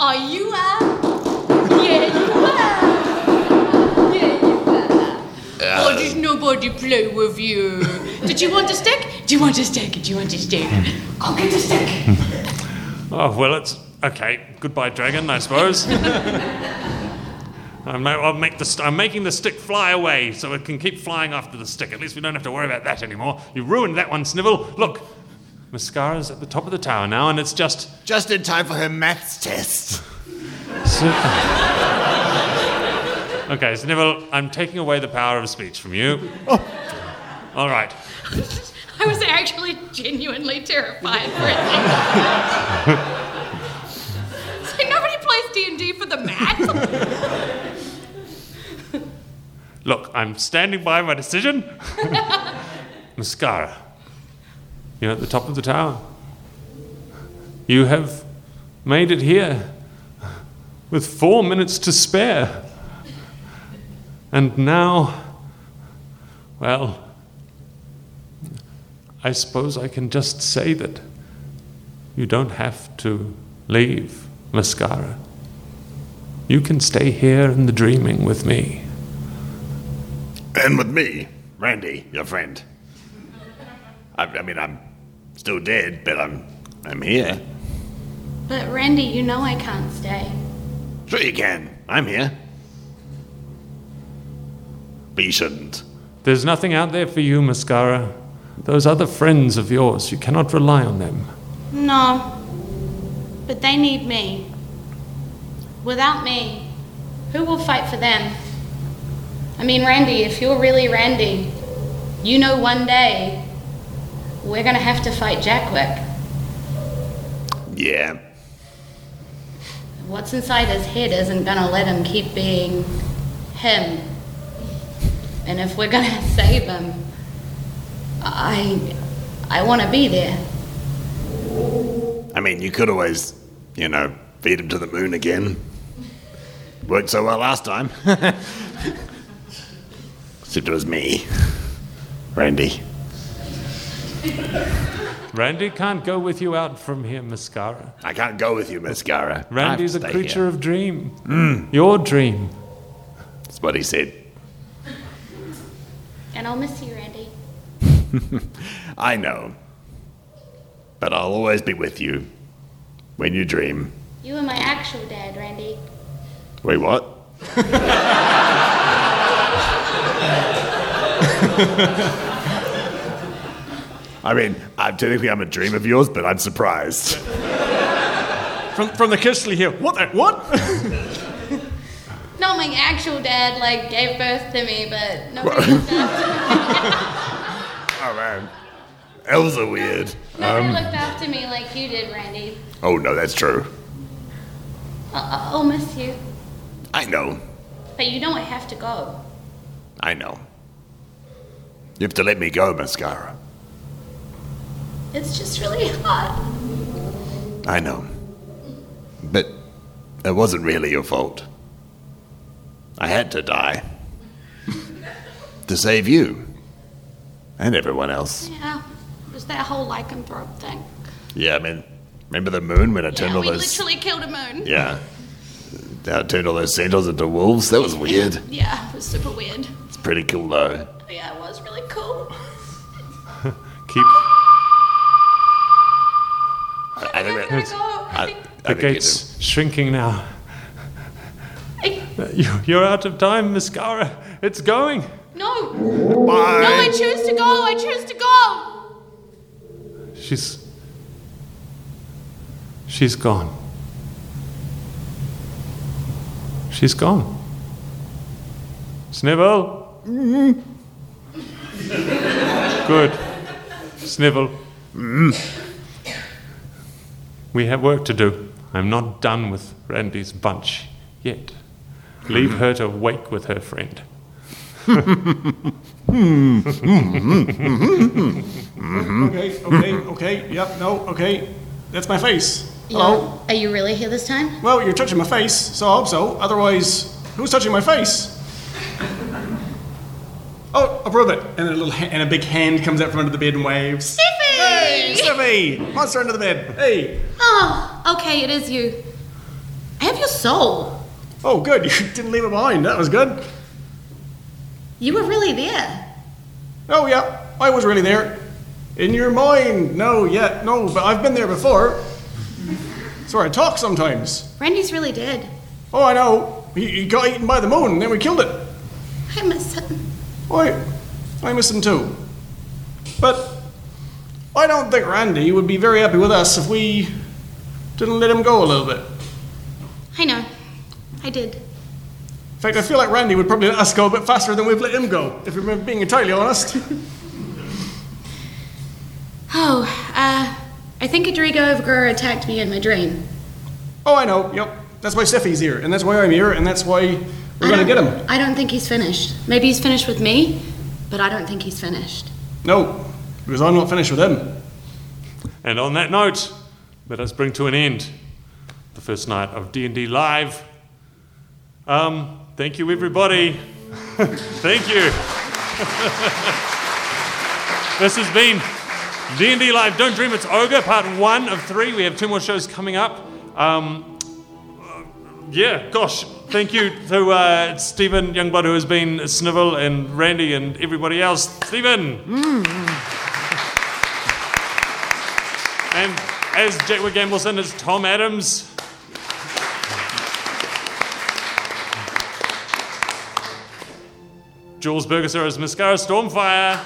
Are you out? Yeah, you are. Yeah, you are. Or does nobody play with you? Did you want a stick? Do you want a stick? Do you want a stick? Go get a stick. Oh well, it's okay. Goodbye, dragon. I suppose. I'm, I'll make the st- I'm making the stick fly away so it can keep flying after the stick. At least we don't have to worry about that anymore. You ruined that one, Snivel. Look, mascara's at the top of the tower now, and it's just. Just in time for her maths test. Okay, Snivel, I'm taking away the power of speech from you. All right. I was actually genuinely terrified for a second. It's like nobody plays D&D for the math. Look, I'm standing by my decision. Mascara, you're at the top of the tower. You have made it here with four minutes to spare. And now, well, I suppose I can just say that you don't have to leave, Mascara. You can stay here in the dreaming with me. And with me, Randy, your friend. I, I mean, I'm still dead, but I'm I'm here. But Randy, you know I can't stay. Sure you can. I'm here. But you shouldn't. There's nothing out there for you, Mascara. Those other friends of yours, you cannot rely on them. No. But they need me. Without me, who will fight for them? I mean, Randy, if you're really Randy, you know one day we're gonna have to fight Jackwick. Yeah. What's inside his head isn't gonna let him keep being him. And if we're gonna save him, I I wanna be there. I mean, you could always, you know, feed him to the moon again. Worked so well last time. Except it was me, Randy. Randy can't go with you out from here, Mascara. I can't go with you, Mascara. I have Randy's to a stay creature here. of dream. Your dream. That's what he said. And I'll miss you, Randy. I know. But I'll always be with you when you dream. You were my actual dad, Randy. Wait, what? I mean, I'm, technically I'm a dream of yours, but I'm surprised. From, from the Kishley here. What the? What? Not my actual dad, like, gave birth to me, but nobody looked after Oh man, elves are weird. Um. Nobody looked after me like you did, Randy. Oh no, that's true. I- I'll miss you. I know, But you know I have to go. I know. You have to let me go, mascara. It's just really hard. I know. But it wasn't really your fault. I had to die. to save you. And everyone else. Yeah, it was that whole lycanthrope thing. Yeah, I mean, remember the moon when I turned me. all We those. literally killed a moon. Yeah. I turned all those centaurs into wolves? That was weird. Yeah, it was super weird. It's pretty cool though. Yeah, it was really cool. Keep I, I think I that. go. I, I the think you gates shrinking now. I- You- You're out of time, Mascara. It's going. No, do. Bye. no, I choose to go. I choose to go. She's. She's gone. She's gone. Snivel? Good. Snivel. We have work to do. I'm not done with Randy's bunch yet. Leave her to wake with her friend. Okay, okay, okay, yep, no, okay. That's my face. Hello? Are you really here this time? Well, you're touching my face, so I hope so. Otherwise, who's touching my face? Oh, approve it. And then a little ha- and a big hand comes out from under the bed and waves. Hey, Sniffy! Monster under the bed. Hey. Oh, okay, it is you. I have your soul. Oh, good. You didn't leave it behind. That was good. You were really there. Oh, yeah. I was really there. In your mind. No, yeah, no, but I've been there before. That's where I talk sometimes. Randy's really dead. Oh, I know. He, he got eaten by the moon and then we killed it. I miss him. I, I miss him too. But I don't think Randy would be very happy with us if we didn't let him go a little bit. In I know. I did. fact, I feel like Randy would probably let us go a bit faster than we've let him go, if we're being entirely honest. Oh, uh, I think Adrigo of Gura attacked me in my dream. oh, I know, yep. That's why Steffi's here, and that's why I'm here, and that's why we're I gonna don't- get him. I don't think he's finished. Maybe he's finished with me, but I don't think he's finished. No, because I'm not finished with him. And on that note, let us bring to an end the first night of D&D Live. Um, thank you, everybody. thank you. this has been D&D Live. Don't dream it's ogre. Part one of three. We have two more shows coming up. Um, uh, yeah, gosh. Thank you to uh, Stephen Youngblood, who has been Snivel and Randy and everybody else. Stephen. And as Jackwood Gambleson is Tom Adams. Jules Bergeser is Mascara Stormfire.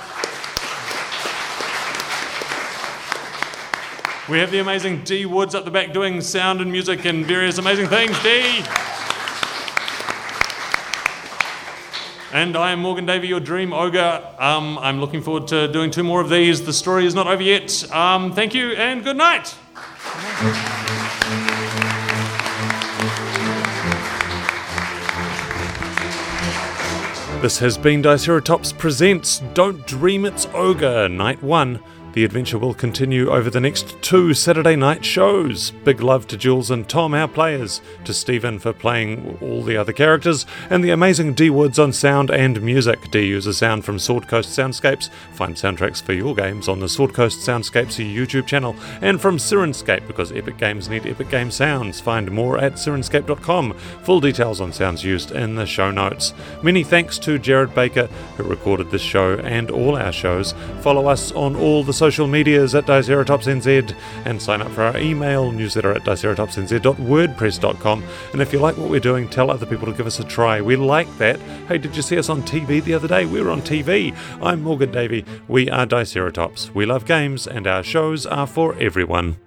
We have the amazing Dee Woods up the back doing sound and music and various amazing things. Dee! And I am Morgan Davey, your dream ogre. Um, I'm looking forward to doing two more of these. The story is not over yet. Um, thank you and good night. This has been Diceratops Presents Don't Dream It's Ogre, Night 1. The adventure will continue over the next two Saturday night shows. Big love to Jules and Tom, our players, to Stephen for playing all the other characters, and the amazing D Woods on sound and music. D uses sound from Sword Coast Soundscapes. Find soundtracks for your games on the Sword Coast Soundscapes YouTube channel, and from Sirenscape, because epic games need epic game sounds. Find more at sirenscape.com. Full details on sounds used in the show notes. Many thanks to Jared Baker, who recorded this show and all our shows. Follow us on all the social medias at DiceratopsNZ and sign up for our email newsletter at diceratopsnz.wordpress.com. And if you like what we're doing, tell other people to give us a try. We like that. Hey, did you see us on TV the other day? We were on TV. I'm Morgan Davey. We are Diceratops. We love games, and our shows are for everyone.